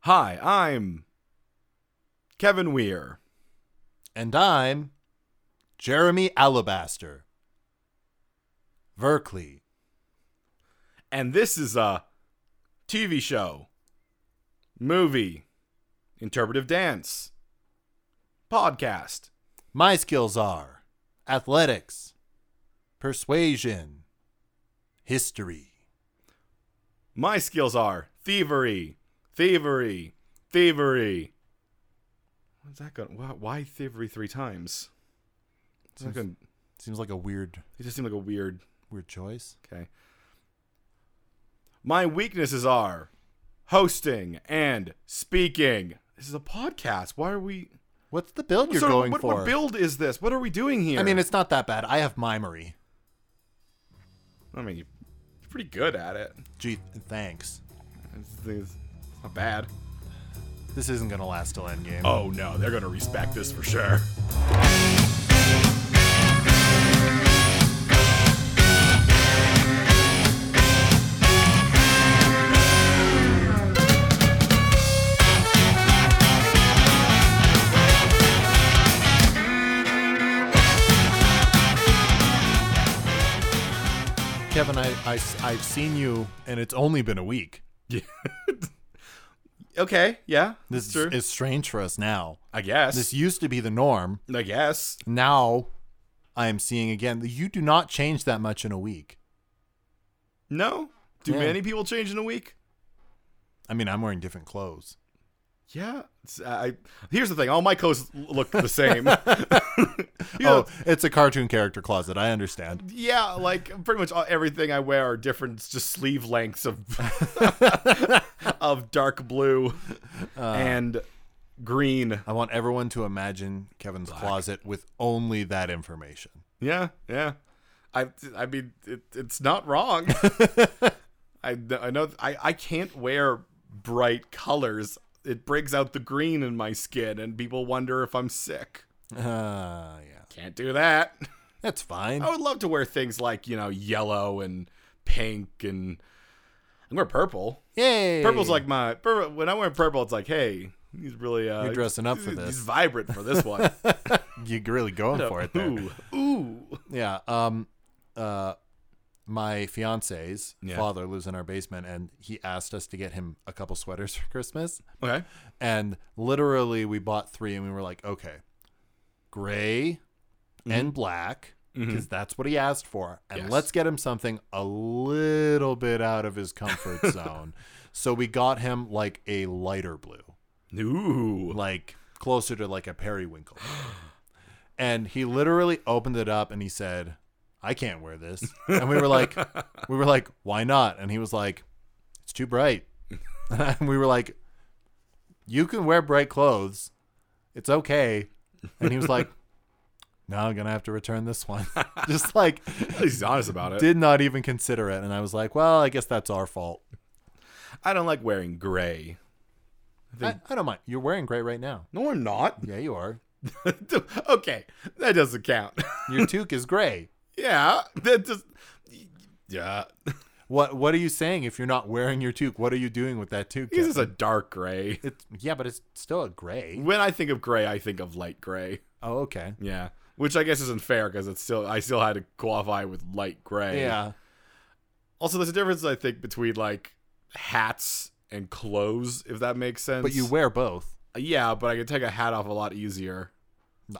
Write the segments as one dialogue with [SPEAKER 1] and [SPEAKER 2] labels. [SPEAKER 1] Hi, I'm Kevin Weir.
[SPEAKER 2] And I'm Jeremy Alabaster. Verkley.
[SPEAKER 1] And this is a TV show, movie, interpretive dance, podcast.
[SPEAKER 2] My skills are athletics, persuasion, history.
[SPEAKER 1] My skills are thievery, thievery, thievery. What's that going? Why, why thievery three times? It's not going.
[SPEAKER 2] Seems like a weird,
[SPEAKER 1] It just seemed like a weird.
[SPEAKER 2] weird choice.
[SPEAKER 1] Okay. My weaknesses are hosting and speaking. This is a podcast. Why are we?
[SPEAKER 2] What's the build you're
[SPEAKER 1] sort of-
[SPEAKER 2] going
[SPEAKER 1] what,
[SPEAKER 2] for?
[SPEAKER 1] what build is this? What are we doing here?
[SPEAKER 2] I mean, it's not that bad. I have mimery.
[SPEAKER 1] I mean, you're pretty good at it.
[SPEAKER 2] Gee, thanks.
[SPEAKER 1] This thing is it's not bad.
[SPEAKER 2] This isn't gonna last till endgame.
[SPEAKER 1] Oh no, they're gonna respect this for sure.
[SPEAKER 2] Kevin, I, I have seen you, and it's only been a week.
[SPEAKER 1] Yeah. okay. Yeah.
[SPEAKER 2] This
[SPEAKER 1] that's true.
[SPEAKER 2] is strange for us now.
[SPEAKER 1] I guess.
[SPEAKER 2] This used to be the norm.
[SPEAKER 1] I guess.
[SPEAKER 2] Now, I am seeing again. that You do not change that much in a week.
[SPEAKER 1] No. Do
[SPEAKER 2] Yeah.
[SPEAKER 1] many people change in a week?
[SPEAKER 2] I mean, I'm wearing different clothes.
[SPEAKER 1] Yeah. It's- I, here's the thing. All my clothes l- look the same. You know,
[SPEAKER 2] Oh, it's a cartoon character closet. I understand.
[SPEAKER 1] Yeah, like pretty much all, everything I wear are different. It's just sleeve lengths of of dark blue and green.
[SPEAKER 2] I want everyone to imagine Kevin's closet with only that information.
[SPEAKER 1] Yeah, yeah. I I mean it, it's not wrong. I kn- I know I I can't wear bright colors. It brings out the green in my skin, and people wonder if I'm sick.
[SPEAKER 2] Uh, yeah,
[SPEAKER 1] Can't do that.
[SPEAKER 2] that's fine.
[SPEAKER 1] I would love to wear things like you know yellow and pink and I wear purple.
[SPEAKER 2] Yay!
[SPEAKER 1] Purple's like my purple, when I wear purple, it's like, hey, he's really uh,
[SPEAKER 2] You're dressing up
[SPEAKER 1] he's-
[SPEAKER 2] for this.
[SPEAKER 1] He's vibrant for this one.
[SPEAKER 2] you're really going for it there.
[SPEAKER 1] Ooh, ooh.
[SPEAKER 2] Yeah. Um. Uh. My fiance's
[SPEAKER 1] Yeah.
[SPEAKER 2] father lives in our basement, and he asked us to get him a couple sweaters for Christmas.
[SPEAKER 1] Okay.
[SPEAKER 2] And literally, we bought three, and we were like, okay, gray and black, because that's what he asked for. And
[SPEAKER 1] Mm-hmm. Yes.
[SPEAKER 2] let's get him something a little bit out of his comfort zone. So we got him like a lighter blue
[SPEAKER 1] Ooh.
[SPEAKER 2] like closer to like a periwinkle. and he literally opened it up and he said, "I can't wear this." And we were like, we were like, "Why not?" And he was like, "It's too bright." and we were like, "You can wear bright clothes. It's okay." And he was like, "No, I'm going to have to return this one." Just like
[SPEAKER 1] At least he's honest about it.
[SPEAKER 2] did not even consider it. And I was like, "Well, I guess that's our fault."
[SPEAKER 1] I don't like wearing gray.
[SPEAKER 2] I, I don't mind. You're wearing gray right now.
[SPEAKER 1] No, I'm not.
[SPEAKER 2] Yeah, you are.
[SPEAKER 1] okay, that doesn't count.
[SPEAKER 2] Your toque is gray.
[SPEAKER 1] yeah, that just yeah.
[SPEAKER 2] What What are you saying if you're not wearing your toque? What are you doing with that toque?
[SPEAKER 1] This is
[SPEAKER 2] Kevin?
[SPEAKER 1] a dark gray.
[SPEAKER 2] It's- yeah, but it's still a gray.
[SPEAKER 1] When I think of gray, I think of light gray.
[SPEAKER 2] Oh, okay.
[SPEAKER 1] Yeah, which I guess isn't fair because it's still I still had to qualify with light gray.
[SPEAKER 2] Yeah.
[SPEAKER 1] Also, there's a difference, I think, between like hats and clothes, if that makes sense.
[SPEAKER 2] But you wear both.
[SPEAKER 1] yeah, but I can take a hat off a lot easier.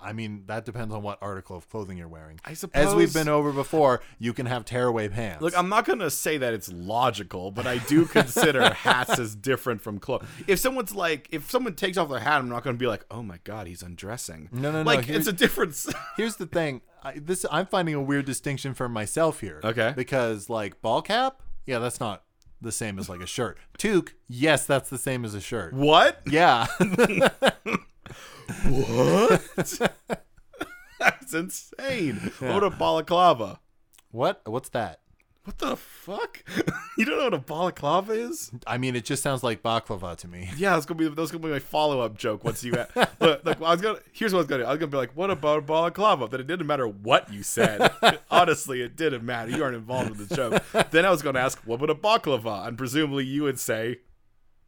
[SPEAKER 2] I mean, that depends on what article of clothing you're wearing.
[SPEAKER 1] I suppose.
[SPEAKER 2] As we've been over before, you can have tearaway pants.
[SPEAKER 1] Look, I'm not going to say that it's logical, but I do consider hats as different from clothes. If someone's like, if someone takes off their hat, I'm not going to be like, oh my God, he's undressing.
[SPEAKER 2] No, no, no,
[SPEAKER 1] Like,
[SPEAKER 2] here-
[SPEAKER 1] it's a difference.
[SPEAKER 2] Here's the thing. I, this I'm finding a weird distinction for myself here.
[SPEAKER 1] Okay.
[SPEAKER 2] Because like ball cap, yeah, that's not the same as like a shirt. Toque, yes, that's the same as a shirt.
[SPEAKER 1] what?
[SPEAKER 2] Yeah.
[SPEAKER 1] What? That's insane. What a balaclava.
[SPEAKER 2] what? What's that?
[SPEAKER 1] What the fuck? you don't know what a balaclava is?
[SPEAKER 2] I mean, it just sounds like baklava to me.
[SPEAKER 1] Yeah, that's gonna be that's gonna be my follow up joke. Once you look, look, I was gonna here's what I was gonna do. I was gonna be like, what about balaclava? That it didn't matter what you said. Honestly, it didn't matter. You aren't involved with the joke. then I was gonna ask, what about a baklava? And presumably you would say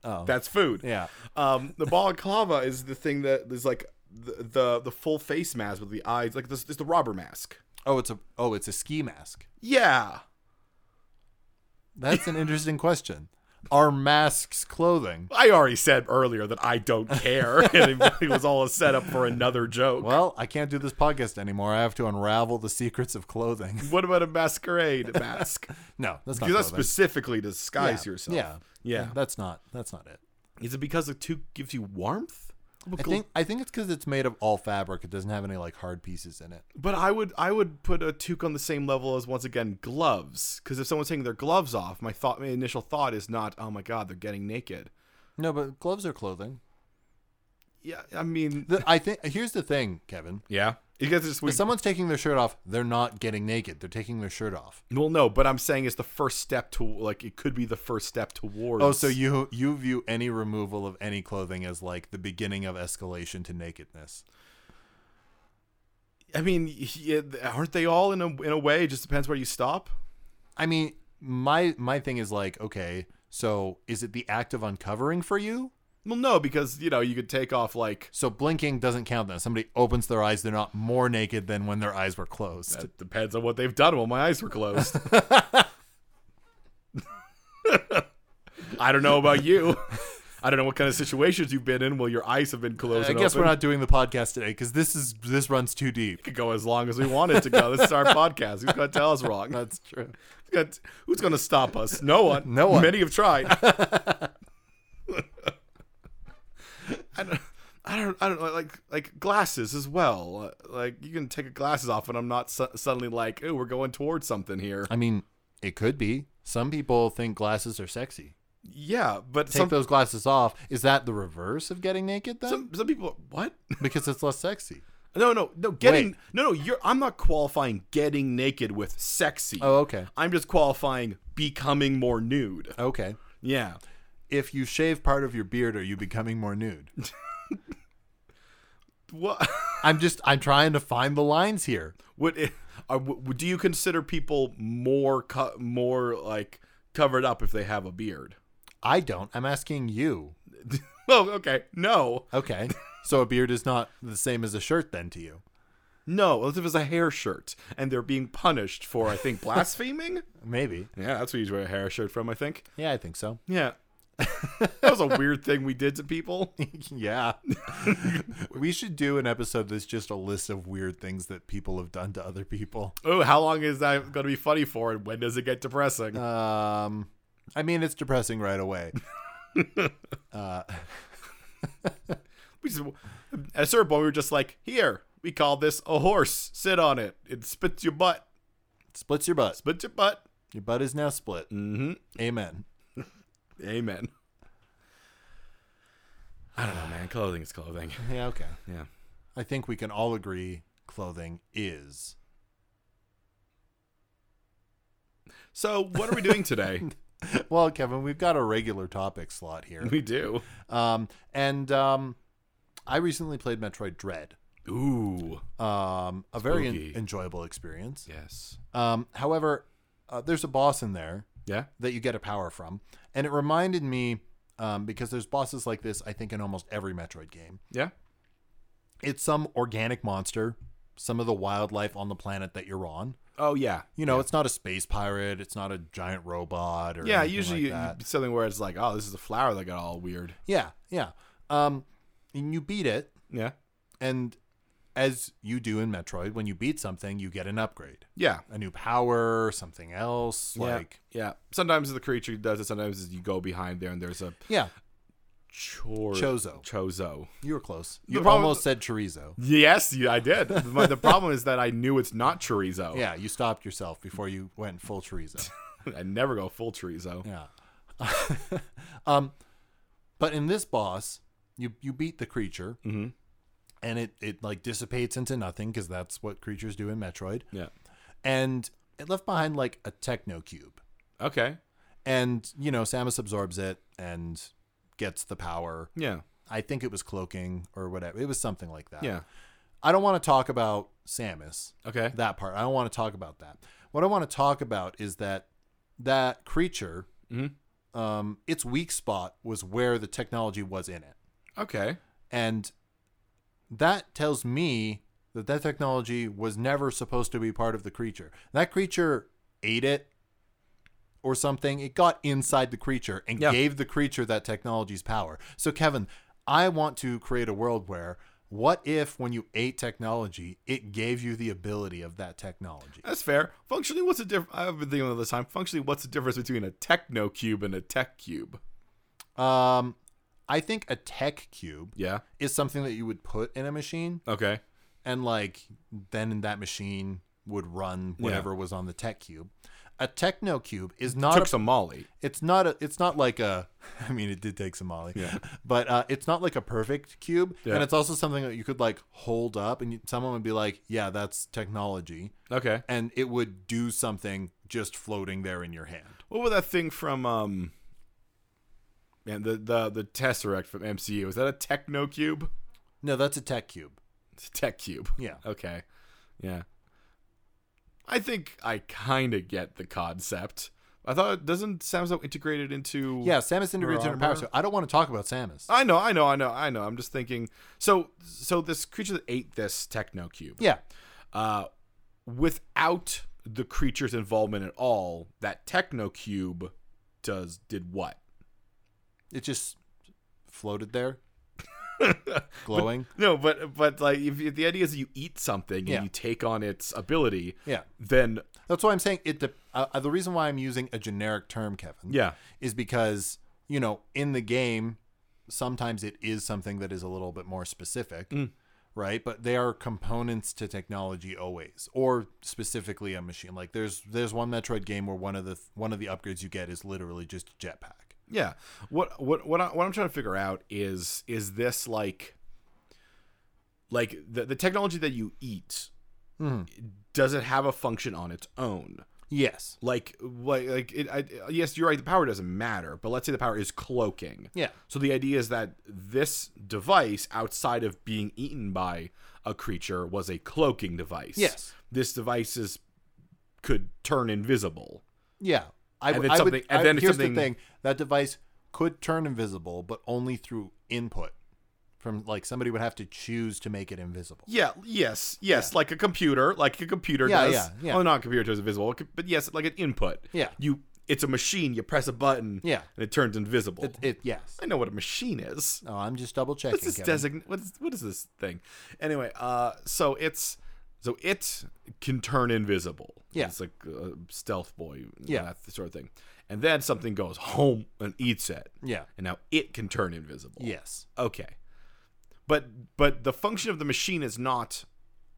[SPEAKER 2] Oh.
[SPEAKER 1] That's food.
[SPEAKER 2] yeah.
[SPEAKER 1] Um, the balaclava is the thing that is like the the, the full face mask with the eyes, like this is the robber mask.
[SPEAKER 2] Oh, it's a oh, it's a ski mask.
[SPEAKER 1] Yeah,
[SPEAKER 2] That's an interesting question. Are masks clothing?
[SPEAKER 1] I already said earlier that I don't care, and it, it was all a setup for another joke.
[SPEAKER 2] Well, I can't do this podcast anymore. I have to unravel the secrets of clothing.
[SPEAKER 1] What about a masquerade mask?
[SPEAKER 2] No, that's not
[SPEAKER 1] Because that's
[SPEAKER 2] clothing.
[SPEAKER 1] specifically to disguise
[SPEAKER 2] yeah.
[SPEAKER 1] yourself.
[SPEAKER 2] Yeah,
[SPEAKER 1] Yeah.
[SPEAKER 2] That's not. That's not it.
[SPEAKER 1] Is it because the tube gives you warmth?
[SPEAKER 2] I think I think it's because it's made of all fabric. It doesn't have any like hard pieces in it.
[SPEAKER 1] But I would I would put a toque on the same level as once again gloves because if someone's taking their gloves off, my thought my initial thought is not oh my god they're getting naked.
[SPEAKER 2] No, but gloves are clothing.
[SPEAKER 1] Yeah, I mean
[SPEAKER 2] The, I think here's the thing, Kevin.
[SPEAKER 1] yeah, you guys just we,
[SPEAKER 2] If someone's taking their shirt off, they're not getting naked. They're taking their shirt off.
[SPEAKER 1] well no, but I'm saying it's the first step to like it could be the first step towards.
[SPEAKER 2] Oh, so you you view any removal of any clothing as like the beginning of escalation to nakedness.
[SPEAKER 1] I mean yeah, aren't they all in a in a way? It just depends where you stop.
[SPEAKER 2] I mean, my my thing is like, okay, so is it the act of uncovering for you?
[SPEAKER 1] Well no, because you know you could take off like
[SPEAKER 2] So blinking doesn't count then. Somebody opens their eyes, they're not more naked than when their eyes were closed.
[SPEAKER 1] it depends on what they've done while my eyes were closed. I don't know about you. I don't know what kind of situations you've been in while your eyes have been closed.
[SPEAKER 2] I
[SPEAKER 1] and
[SPEAKER 2] guess we're
[SPEAKER 1] open.
[SPEAKER 2] not doing the podcast today because this is this runs too deep.
[SPEAKER 1] We could go as long as we wanted to go. This is our podcast. Who's going to tell us wrong?
[SPEAKER 2] That's true.
[SPEAKER 1] Who's gonna- Who's going to stop us? No one.
[SPEAKER 2] No one.
[SPEAKER 1] Many have tried. I don't. I don't, I don't like like glasses as well. Like you can take glasses off, and I'm not su- suddenly like, "Oh, we're going towards something here."
[SPEAKER 2] I mean, it could be. Some people think glasses are sexy.
[SPEAKER 1] Yeah, but
[SPEAKER 2] Take
[SPEAKER 1] some,
[SPEAKER 2] those glasses off. Is that the reverse of getting naked then?
[SPEAKER 1] some some people what?
[SPEAKER 2] because it's less sexy.
[SPEAKER 1] No, no, no. Getting no, no. You're. I'm not qualifying getting naked with sexy.
[SPEAKER 2] Oh, okay.
[SPEAKER 1] I'm just qualifying becoming more nude.
[SPEAKER 2] Okay.
[SPEAKER 1] Yeah.
[SPEAKER 2] If you shave part of your beard, are you becoming more nude?
[SPEAKER 1] What?
[SPEAKER 2] I'm just I'm trying to find the lines here.
[SPEAKER 1] Would it, are, would- uh, do you consider people more co- more like covered up if they have a beard?
[SPEAKER 2] I don't. I'm asking you.
[SPEAKER 1] Well, okay. No,
[SPEAKER 2] Okay. So a beard is not the same as a shirt then to you.
[SPEAKER 1] no. What if it's a hair shirt and they're being punished for, I think, blaspheming?
[SPEAKER 2] Maybe.
[SPEAKER 1] yeah, that's where you wear a hair shirt from, I think.
[SPEAKER 2] Yeah, I think so.
[SPEAKER 1] Yeah. that was a weird thing we did to people.
[SPEAKER 2] yeah. we should do an episode that's just a list of weird things that people have done to other people.
[SPEAKER 1] Oh, how long is that going to be funny for, and when does it get depressing?
[SPEAKER 2] Um I mean it's depressing right away.
[SPEAKER 1] we just, at a certain point, we were just like, "Here, we call this a horse. Sit on it. It spits your butt.
[SPEAKER 2] Splits your butt.
[SPEAKER 1] Spits your butt."
[SPEAKER 2] Your butt is now split.
[SPEAKER 1] Mm-hmm.
[SPEAKER 2] Amen.
[SPEAKER 1] Amen. I don't know, man. Clothing is clothing.
[SPEAKER 2] Yeah, okay.
[SPEAKER 1] Yeah.
[SPEAKER 2] I think we can all agree clothing is
[SPEAKER 1] So, what are we doing today?
[SPEAKER 2] well, Kevin, we've got a regular topic slot here.
[SPEAKER 1] we do.
[SPEAKER 2] Um, and um, I recently played Metroid Dread.
[SPEAKER 1] Ooh.
[SPEAKER 2] Um, a very en-
[SPEAKER 1] Spooky.
[SPEAKER 2] enjoyable experience.
[SPEAKER 1] Yes.
[SPEAKER 2] Um, however, uh, there's a boss in there
[SPEAKER 1] Yeah.
[SPEAKER 2] that you get a power from, and it reminded me um, because there's bosses like this, I think, in almost every Metroid game.
[SPEAKER 1] Yeah.
[SPEAKER 2] It's some organic monster, some of the wildlife on the planet that you're on.
[SPEAKER 1] Oh yeah.
[SPEAKER 2] You know, it's not a space pirate, it's not a giant robot, or
[SPEAKER 1] Yeah.
[SPEAKER 2] anything
[SPEAKER 1] Usually,
[SPEAKER 2] like that.
[SPEAKER 1] you- something where it's like, "Oh, this is a flower that got all weird."
[SPEAKER 2] yeah, yeah. Um, and you beat it,
[SPEAKER 1] Yeah.
[SPEAKER 2] and as you do in Metroid, when you beat something, you get an upgrade,
[SPEAKER 1] Yeah.
[SPEAKER 2] a new power, something else.
[SPEAKER 1] Yeah.
[SPEAKER 2] Like,
[SPEAKER 1] yeah. Sometimes the creature does it. Sometimes you go behind there, and there's a
[SPEAKER 2] yeah,
[SPEAKER 1] chor-
[SPEAKER 2] Chozo.
[SPEAKER 1] Chozo.
[SPEAKER 2] you were close. You
[SPEAKER 1] problem-
[SPEAKER 2] almost said chorizo.
[SPEAKER 1] Yes, yeah, I did. the the problem is that I knew it's not chorizo.
[SPEAKER 2] Yeah, you stopped yourself before you went full chorizo.
[SPEAKER 1] I never go full chorizo.
[SPEAKER 2] yeah. um, but in this boss, you you beat the creature,
[SPEAKER 1] Mhm.
[SPEAKER 2] and it it like dissipates into nothing because that's what creatures do in Metroid,
[SPEAKER 1] Yeah.
[SPEAKER 2] and it left behind like a techno cube.
[SPEAKER 1] Okay.
[SPEAKER 2] and you know samus absorbs it and gets the power
[SPEAKER 1] Yeah.
[SPEAKER 2] i think it was cloaking or whatever it was something like that
[SPEAKER 1] Yeah.
[SPEAKER 2] i don't want to talk about samus
[SPEAKER 1] Okay.
[SPEAKER 2] that part i don't want to talk about that what i want to talk about is that that creature
[SPEAKER 1] Mhm.
[SPEAKER 2] um, its weak spot was where the technology was in it.
[SPEAKER 1] Okay.
[SPEAKER 2] And that tells me that that technology was never supposed to be part of the creature. That creature ate it or something. It got inside the creature and
[SPEAKER 1] Yeah.
[SPEAKER 2] gave the creature that technology's power. So, Kevin, I want to create a world where what if when you ate technology, it gave you the ability of that technology?
[SPEAKER 1] That's fair. Functionally, what's the difference? I've been thinking all the time. Functionally, what's the difference between a techno cube and a tech cube?
[SPEAKER 2] Um, I think a tech cube
[SPEAKER 1] Yeah.
[SPEAKER 2] is something that you would put in a machine
[SPEAKER 1] Okay.
[SPEAKER 2] and like then that machine would run whatever was on the tech cube. A techno cube is not a
[SPEAKER 1] Took some Molly.
[SPEAKER 2] it's not a, it's not like a I mean it did take some Molly.
[SPEAKER 1] Yeah.
[SPEAKER 2] But uh, it's not like a perfect cube
[SPEAKER 1] Yeah.
[SPEAKER 2] and it's also something that you could like hold up and you, someone would be like, "Yeah, that's technology."
[SPEAKER 1] Okay.
[SPEAKER 2] And it would do something just floating there in your hand.
[SPEAKER 1] What was that thing from um? Man, the the the tesseract from MCU is that a techno cube?
[SPEAKER 2] No, that's a tech cube.
[SPEAKER 1] It's a tech cube.
[SPEAKER 2] Yeah.
[SPEAKER 1] Okay. Yeah. I think I kind of get the concept. I thought it doesn't Samsung integrated into
[SPEAKER 2] Yeah, Samus integrates her power.
[SPEAKER 1] armor?
[SPEAKER 2] So I don't want to talk about Samus.
[SPEAKER 1] I know, I know, I know, I know. I'm just thinking. So, so this creature that ate this techno cube,
[SPEAKER 2] yeah.
[SPEAKER 1] uh, without the creature's involvement at all, that techno cube does did what?
[SPEAKER 2] It just floated there. glowing.
[SPEAKER 1] No, but but like if, if the idea is you eat something and
[SPEAKER 2] Yeah.
[SPEAKER 1] you take on its ability,
[SPEAKER 2] yeah.
[SPEAKER 1] then
[SPEAKER 2] That's why I'm saying it. De- uh, uh, the reason why I'm using a generic term, Kevin,
[SPEAKER 1] yeah,
[SPEAKER 2] is because you know in the game sometimes it is something that is a little bit more specific,
[SPEAKER 1] Mm.
[SPEAKER 2] right? But they are components to technology always, or specifically a machine. Like there's there's one Metroid game where one of the one of the upgrades you get is literally just a jetpack.
[SPEAKER 1] Yeah. What what what I, what I'm trying to figure out is is this like like the the technology that you eat does it have a function on its own?
[SPEAKER 2] Yes.
[SPEAKER 1] Like like like it, I, yes, you're right. The power doesn't matter, but let's say the power is cloaking.
[SPEAKER 2] Yeah.
[SPEAKER 1] So the idea is that this device, outside of being eaten by a creature, was a cloaking device.
[SPEAKER 2] Yes.
[SPEAKER 1] This device is could turn invisible.
[SPEAKER 2] Yeah. I,
[SPEAKER 1] And
[SPEAKER 2] would-
[SPEAKER 1] then
[SPEAKER 2] I would.
[SPEAKER 1] something- and
[SPEAKER 2] I-
[SPEAKER 1] then it's
[SPEAKER 2] here's
[SPEAKER 1] something-
[SPEAKER 2] the thing: that device could turn invisible, but only through input from like somebody would have to choose to make it invisible.
[SPEAKER 1] Yeah. Yes. Yes. Like a computer. Like a computer
[SPEAKER 2] Yeah,
[SPEAKER 1] does.
[SPEAKER 2] yeah, yeah.
[SPEAKER 1] Oh, not a computer turns invisible. But yes, like an input.
[SPEAKER 2] Yeah.
[SPEAKER 1] You. It's a machine. You press a button.
[SPEAKER 2] Yeah.
[SPEAKER 1] And it turns invisible.
[SPEAKER 2] It, it yes.
[SPEAKER 1] I know what a machine is.
[SPEAKER 2] Oh, I'm just double checking.
[SPEAKER 1] What's this
[SPEAKER 2] Kevin.
[SPEAKER 1] design? What is what is this thing? Anyway, uh, so it's so it can turn invisible.
[SPEAKER 2] Yeah.
[SPEAKER 1] It's like a stealth boy. you know,
[SPEAKER 2] Yeah.
[SPEAKER 1] That sort of thing. And then something goes home and eats it,
[SPEAKER 2] Yeah.
[SPEAKER 1] and now it can turn invisible.
[SPEAKER 2] Yes.
[SPEAKER 1] Okay. But but the function of the machine is not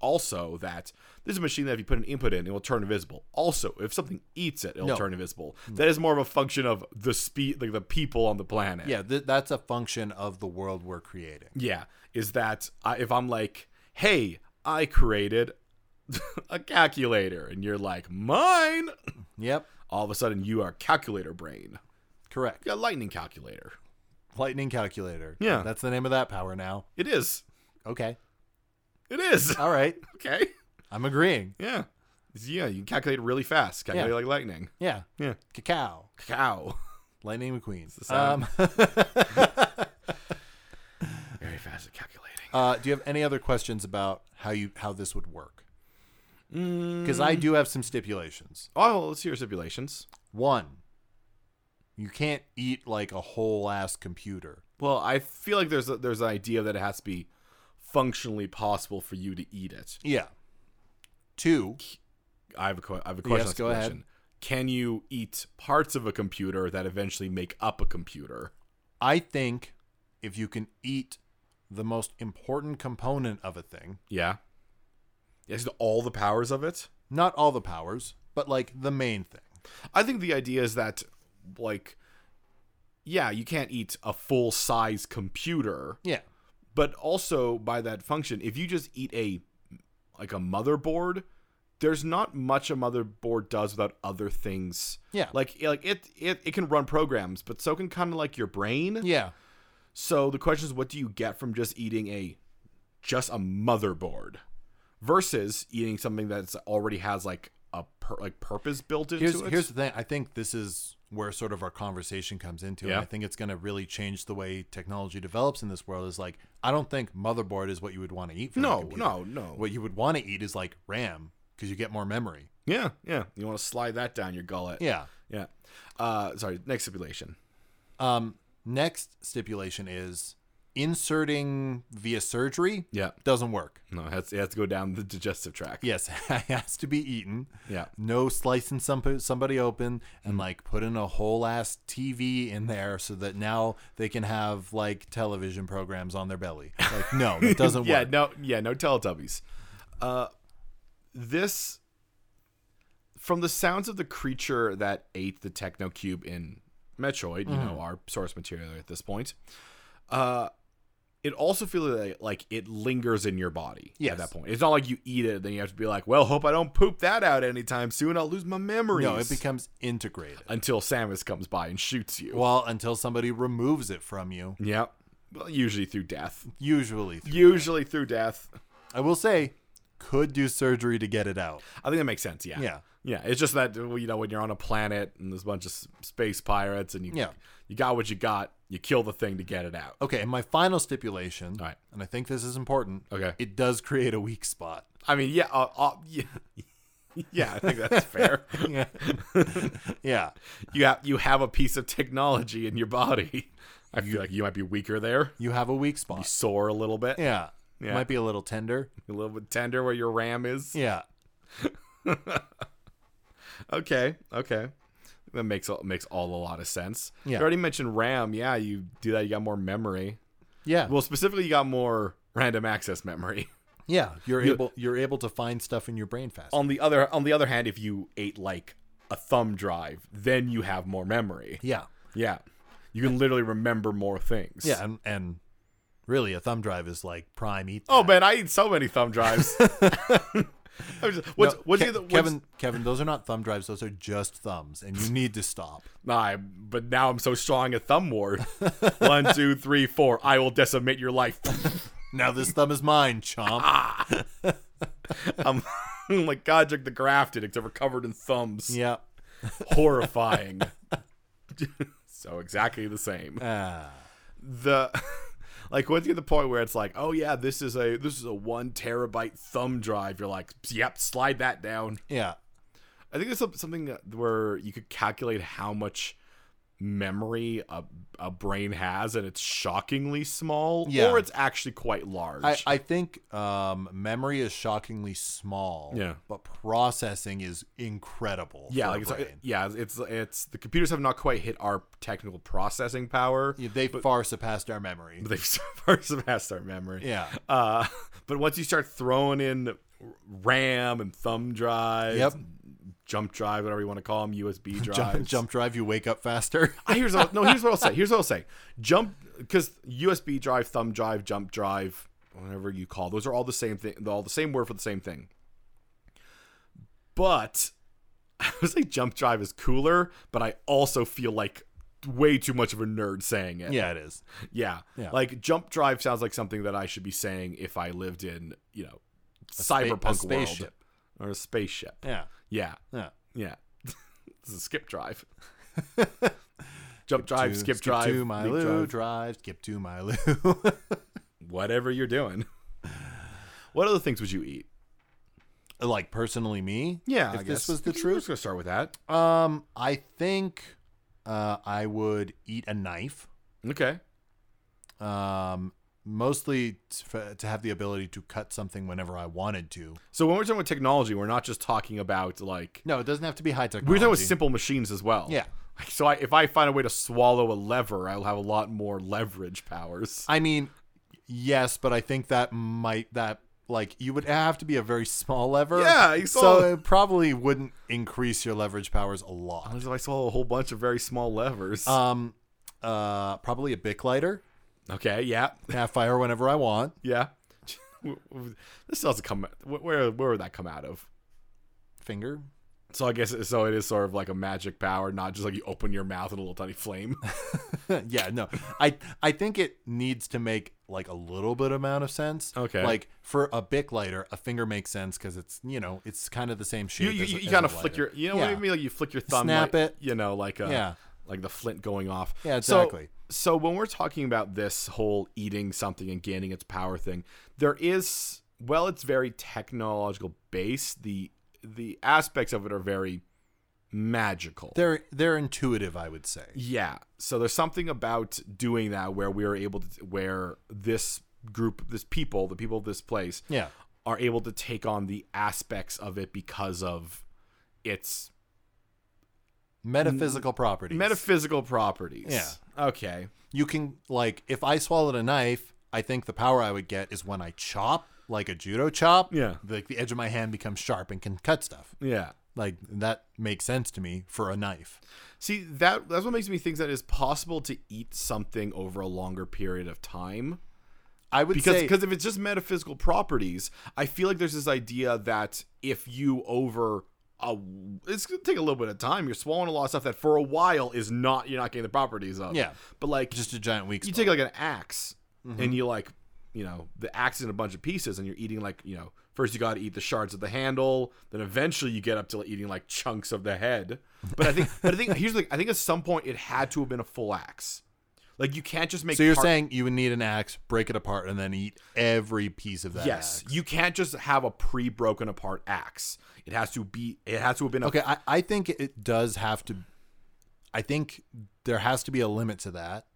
[SPEAKER 1] also that this is a machine that if you put an input in, it will turn invisible. Also, if something eats it, it'll
[SPEAKER 2] No. Mm.
[SPEAKER 1] turn invisible. That is more of a function of the speed like the people on the planet.
[SPEAKER 2] Yeah, th- that's a function of the world we're creating.
[SPEAKER 1] Yeah. Is that I, if I'm like, hey, I created a calculator, and you're like, mine.
[SPEAKER 2] Yep.
[SPEAKER 1] All of a sudden, you are calculator brain.
[SPEAKER 2] Correct.
[SPEAKER 1] You got lightning calculator.
[SPEAKER 2] Lightning calculator.
[SPEAKER 1] Yeah.
[SPEAKER 2] That's the name of that power now.
[SPEAKER 1] It is.
[SPEAKER 2] Okay.
[SPEAKER 1] It is.
[SPEAKER 2] All right.
[SPEAKER 1] Okay.
[SPEAKER 2] I'm agreeing.
[SPEAKER 1] Yeah. Yeah, you calculate really fast. Calculate
[SPEAKER 2] Yeah.
[SPEAKER 1] like lightning.
[SPEAKER 2] Yeah.
[SPEAKER 1] Yeah.
[SPEAKER 2] Cacao.
[SPEAKER 1] Cow.
[SPEAKER 2] Lightning McQueen.
[SPEAKER 1] sound.
[SPEAKER 2] Um,
[SPEAKER 1] Very fast at calculating.
[SPEAKER 2] uh, do you have any other questions about how you how this would work?
[SPEAKER 1] Mm.
[SPEAKER 2] Because I do have some stipulations.
[SPEAKER 1] Oh, well, let's hear stipulations.
[SPEAKER 2] One, you can't eat like a whole ass computer.
[SPEAKER 1] Well, I feel like there's a, there's an idea that it has to be functionally possible for you to eat it.
[SPEAKER 2] Yeah. Two,
[SPEAKER 1] I have a, que- I have a question.
[SPEAKER 2] Yes,
[SPEAKER 1] on
[SPEAKER 2] go ahead.
[SPEAKER 1] stipulation. Can you eat parts of a computer that eventually make up a computer?
[SPEAKER 2] I think if you can eat the most important component of a thing,
[SPEAKER 1] Yeah. Yes, all the powers of it.
[SPEAKER 2] not all the powers, but like the main thing.
[SPEAKER 1] I think the idea is that, like, yeah, you can't eat a full size computer,
[SPEAKER 2] Yeah.
[SPEAKER 1] but also by that function if you just eat a like a motherboard there's not much a motherboard does without other things
[SPEAKER 2] Yeah.
[SPEAKER 1] like like it it, it can run programs but so can kind of like your brain
[SPEAKER 2] Yeah.
[SPEAKER 1] so the question is what do you get from just eating a just a motherboard versus eating something that's already has like a per, like purpose built into
[SPEAKER 2] Here's
[SPEAKER 1] it
[SPEAKER 2] here's the thing. I think this is where sort of our conversation comes into.
[SPEAKER 1] Yeah.
[SPEAKER 2] And I think it's going to really change the way technology develops in this world. Is like, I don't think motherboard is what you would want to eat. From a
[SPEAKER 1] No,
[SPEAKER 2] computer.
[SPEAKER 1] no, no.
[SPEAKER 2] What you would want to eat is like RAM because you get more memory.
[SPEAKER 1] Yeah, yeah. You want to slide that down your gullet.
[SPEAKER 2] Yeah.
[SPEAKER 1] Yeah. Uh, sorry, next stipulation.
[SPEAKER 2] Um, next stipulation is inserting via surgery
[SPEAKER 1] Yeah.
[SPEAKER 2] doesn't work.
[SPEAKER 1] No, it has, it has to go down the digestive tract.
[SPEAKER 2] Yes, it has to be eaten.
[SPEAKER 1] Yeah.
[SPEAKER 2] No slicing some, somebody open
[SPEAKER 1] Mm.
[SPEAKER 2] and like putting a whole ass TV in there so that now they can have like television programs on their belly. Like, no, it doesn't
[SPEAKER 1] yeah,
[SPEAKER 2] work.
[SPEAKER 1] no, yeah, no Teletubbies. Uh, this, from the sounds of the creature that ate the Techno Cube in Metroid, you
[SPEAKER 2] Mm-hmm.
[SPEAKER 1] know, our source material at this point, uh, it also feels like, like it lingers in your body
[SPEAKER 2] Yes.
[SPEAKER 1] at that point. It's not like you eat it, then you have to be like, well, hope I don't poop that out anytime soon. I'll lose my memories.
[SPEAKER 2] No, it becomes integrated.
[SPEAKER 1] until Samus comes by and shoots you.
[SPEAKER 2] Well, until somebody removes it from you,
[SPEAKER 1] yeah. Well, usually through death.
[SPEAKER 2] usually. through-
[SPEAKER 1] Usually through death.
[SPEAKER 2] I will say, could do surgery to get it out.
[SPEAKER 1] I think that makes sense. Yeah.
[SPEAKER 2] Yeah.
[SPEAKER 1] Yeah, it's just that well, you know when you're on a planet and there's a bunch of s- space pirates and you
[SPEAKER 2] Yeah.
[SPEAKER 1] you got what you got, you kill the thing to get it out.
[SPEAKER 2] Okay, and my final stipulation,
[SPEAKER 1] All right.
[SPEAKER 2] and I think this is important.
[SPEAKER 1] Okay.
[SPEAKER 2] It does create a weak spot.
[SPEAKER 1] I mean, yeah, uh, uh, yeah, yeah, I think that's fair.
[SPEAKER 2] Yeah. yeah.
[SPEAKER 1] you have you have a piece of technology in your body. I feel like you might be weaker there.
[SPEAKER 2] You have a weak spot.
[SPEAKER 1] You sore a little bit,
[SPEAKER 2] Yeah.
[SPEAKER 1] Yeah.
[SPEAKER 2] Might be a little tender.
[SPEAKER 1] a little bit tender where your RAM is.
[SPEAKER 2] Yeah.
[SPEAKER 1] Okay, okay. That makes a- makes all a lot of sense.
[SPEAKER 2] Yeah.
[SPEAKER 1] You already mentioned RAM. Yeah, you do that. You got more memory.
[SPEAKER 2] Yeah.
[SPEAKER 1] Well, specifically, you got more random access memory.
[SPEAKER 2] yeah. You're able you're able to find stuff in your brain faster.
[SPEAKER 1] on the other on the other hand, if you ate like a thumb drive, then you have more memory.
[SPEAKER 2] yeah.
[SPEAKER 1] Yeah. You can literally remember more things.
[SPEAKER 2] Yeah. And and really a thumb drive is like prime E. eat.
[SPEAKER 1] Oh
[SPEAKER 2] that.
[SPEAKER 1] man, I eat so many thumb drives. I was just- what's,
[SPEAKER 2] No,
[SPEAKER 1] what's
[SPEAKER 2] Ke-
[SPEAKER 1] the other- what's-
[SPEAKER 2] Kevin Kevin, those are not thumb drives, those are just thumbs. And you need to stop.
[SPEAKER 1] Nah, I- but now I'm so strong at thumb war. One, two, three, four. I will decimate your life.
[SPEAKER 2] Now this thumb is mine, chomp.
[SPEAKER 1] I'm, I'm like Godric the Grafted, except for covered in thumbs.
[SPEAKER 2] yeah.
[SPEAKER 1] Horrifying. so exactly the same.
[SPEAKER 2] Ah.
[SPEAKER 1] the like once you get to the point where it's like, oh yeah, this is a this is a one terabyte thumb drive. You're like, yep, slide that down.
[SPEAKER 2] yeah.
[SPEAKER 1] I think there's some- something where you could calculate how much memory a, a brain has, and it's shockingly small,
[SPEAKER 2] Yeah.
[SPEAKER 1] or it's actually quite large.
[SPEAKER 2] I, I think um, memory is shockingly small.
[SPEAKER 1] Yeah.
[SPEAKER 2] But processing is incredible.
[SPEAKER 1] yeah,
[SPEAKER 2] for
[SPEAKER 1] like
[SPEAKER 2] a
[SPEAKER 1] it's,
[SPEAKER 2] brain.
[SPEAKER 1] yeah, it's it's the computers have not quite hit our technical processing power.
[SPEAKER 2] Yeah, they far surpassed our memory.
[SPEAKER 1] But they've so far surpassed our memory.
[SPEAKER 2] Yeah.
[SPEAKER 1] Uh, but once you start throwing in RAM and thumb drives,
[SPEAKER 2] Yep.
[SPEAKER 1] jump drive, whatever you want to call them, USB drives.
[SPEAKER 2] Jump, jump drive, you wake up faster.
[SPEAKER 1] I- here's what, no. Here's what I'll say. Here's what I'll say. Jump because USB drive, thumb drive, jump drive, whatever you call those are all the same thing. All the same word for the same thing. But I would say jump drive is cooler, but I also feel like way too much of a nerd saying it.
[SPEAKER 2] yeah, it is.
[SPEAKER 1] Yeah.
[SPEAKER 2] Yeah.
[SPEAKER 1] Like jump drive sounds like something that I should be saying if I lived in, you know, cyberpunk
[SPEAKER 2] a
[SPEAKER 1] world
[SPEAKER 2] spaceship.
[SPEAKER 1] or a spaceship.
[SPEAKER 2] Yeah.
[SPEAKER 1] Yeah.
[SPEAKER 2] Yeah.
[SPEAKER 1] Yeah. this is skip drive. jump drive,
[SPEAKER 2] To-
[SPEAKER 1] skip, drive,
[SPEAKER 2] to my
[SPEAKER 1] leap
[SPEAKER 2] loo
[SPEAKER 1] drive,
[SPEAKER 2] drive. skip to my loo.
[SPEAKER 1] whatever you're doing. What other things would you eat?
[SPEAKER 2] like personally, me.
[SPEAKER 1] Yeah,
[SPEAKER 2] If
[SPEAKER 1] I
[SPEAKER 2] this
[SPEAKER 1] guess.
[SPEAKER 2] was the
[SPEAKER 1] We're
[SPEAKER 2] truth,
[SPEAKER 1] just gonna start with that.
[SPEAKER 2] um, I think uh, I would eat a knife.
[SPEAKER 1] Okay.
[SPEAKER 2] Um, mostly t- f- to have the ability to cut something whenever I wanted to.
[SPEAKER 1] So when we're talking about technology, we're not just talking about like
[SPEAKER 2] No, it doesn't have to be high technology.
[SPEAKER 1] we're talking about simple machines as well.
[SPEAKER 2] Yeah.
[SPEAKER 1] Like, So I, if I find a way to swallow a lever, I'll have a lot more leverage powers.
[SPEAKER 2] I mean, yes, but I think that might that like you would have to be a very small lever.
[SPEAKER 1] Yeah, you saw-
[SPEAKER 2] so it probably wouldn't increase your leverage powers a lot.
[SPEAKER 1] Unless if I swallow a whole bunch of very small levers.
[SPEAKER 2] Um, uh, probably a bic lighter.
[SPEAKER 1] okay, yeah,
[SPEAKER 2] Have fire whenever I want.
[SPEAKER 1] yeah. this doesn't come. Where where would that come out of?
[SPEAKER 2] Finger.
[SPEAKER 1] So I guess so. It is sort of like a magic power, not just like you open your mouth and a little tiny flame.
[SPEAKER 2] yeah, no. I I think it needs to make like a little bit amount of sense.
[SPEAKER 1] Okay.
[SPEAKER 2] Like for a Bic lighter, a finger makes sense because it's you know it's kind of the same
[SPEAKER 1] you
[SPEAKER 2] shape.
[SPEAKER 1] you,
[SPEAKER 2] as a-
[SPEAKER 1] you
[SPEAKER 2] as
[SPEAKER 1] kind
[SPEAKER 2] a
[SPEAKER 1] of flick
[SPEAKER 2] lighter.
[SPEAKER 1] your you know what
[SPEAKER 2] Yeah.
[SPEAKER 1] I mean like you flick your thumb
[SPEAKER 2] Snap
[SPEAKER 1] like,
[SPEAKER 2] it.
[SPEAKER 1] you know like a,
[SPEAKER 2] Yeah.
[SPEAKER 1] like the flint going off
[SPEAKER 2] Yeah,
[SPEAKER 1] So-
[SPEAKER 2] exactly.
[SPEAKER 1] so, when we're talking about this whole eating something and gaining its power thing there is well it's very technological based the the aspects of it are very magical
[SPEAKER 2] They're they're intuitive, I would say.
[SPEAKER 1] yeah so there's something about doing that where we are able to where this group this people the people of this place
[SPEAKER 2] Yeah.
[SPEAKER 1] are able to take on the aspects of it because of its
[SPEAKER 2] Metaphysical properties.
[SPEAKER 1] metaphysical properties.
[SPEAKER 2] Yeah.
[SPEAKER 1] Okay.
[SPEAKER 2] you can like if I swallowed a knife, I think the power I would get is when I chop like a judo chop.
[SPEAKER 1] Yeah.
[SPEAKER 2] Like the edge of my hand becomes sharp and can cut stuff.
[SPEAKER 1] Yeah.
[SPEAKER 2] Like that makes sense to me for a knife.
[SPEAKER 1] See that that's what makes me think that it's possible to eat something over a longer period of time.
[SPEAKER 2] I would
[SPEAKER 1] Because
[SPEAKER 2] say
[SPEAKER 1] because if it's just metaphysical properties, I feel like there's this idea that if you over a, it's gonna take a little bit of time. You're swallowing a lot of stuff that for a while is not you're not getting the properties of.
[SPEAKER 2] Yeah. Mm-hmm.
[SPEAKER 1] But like
[SPEAKER 2] just a giant weak.
[SPEAKER 1] you
[SPEAKER 2] spot.
[SPEAKER 1] take like an ax and you like you know the ax is in a bunch of pieces and you're eating like you know first you got to eat the shards of the handle then eventually you get up to eating like chunks of the head but i think but i think here's the thing i think at some point it had to have been a full ax like you can't just make
[SPEAKER 2] So you're
[SPEAKER 1] part-
[SPEAKER 2] saying you would need an axe, break it apart, and then eat every piece of that.
[SPEAKER 1] yes
[SPEAKER 2] axe.
[SPEAKER 1] you can't just have a pre-broken apart ax it has to be it has to have been a
[SPEAKER 2] Okay, I, I think it does have to. I think there has to be a limit to that,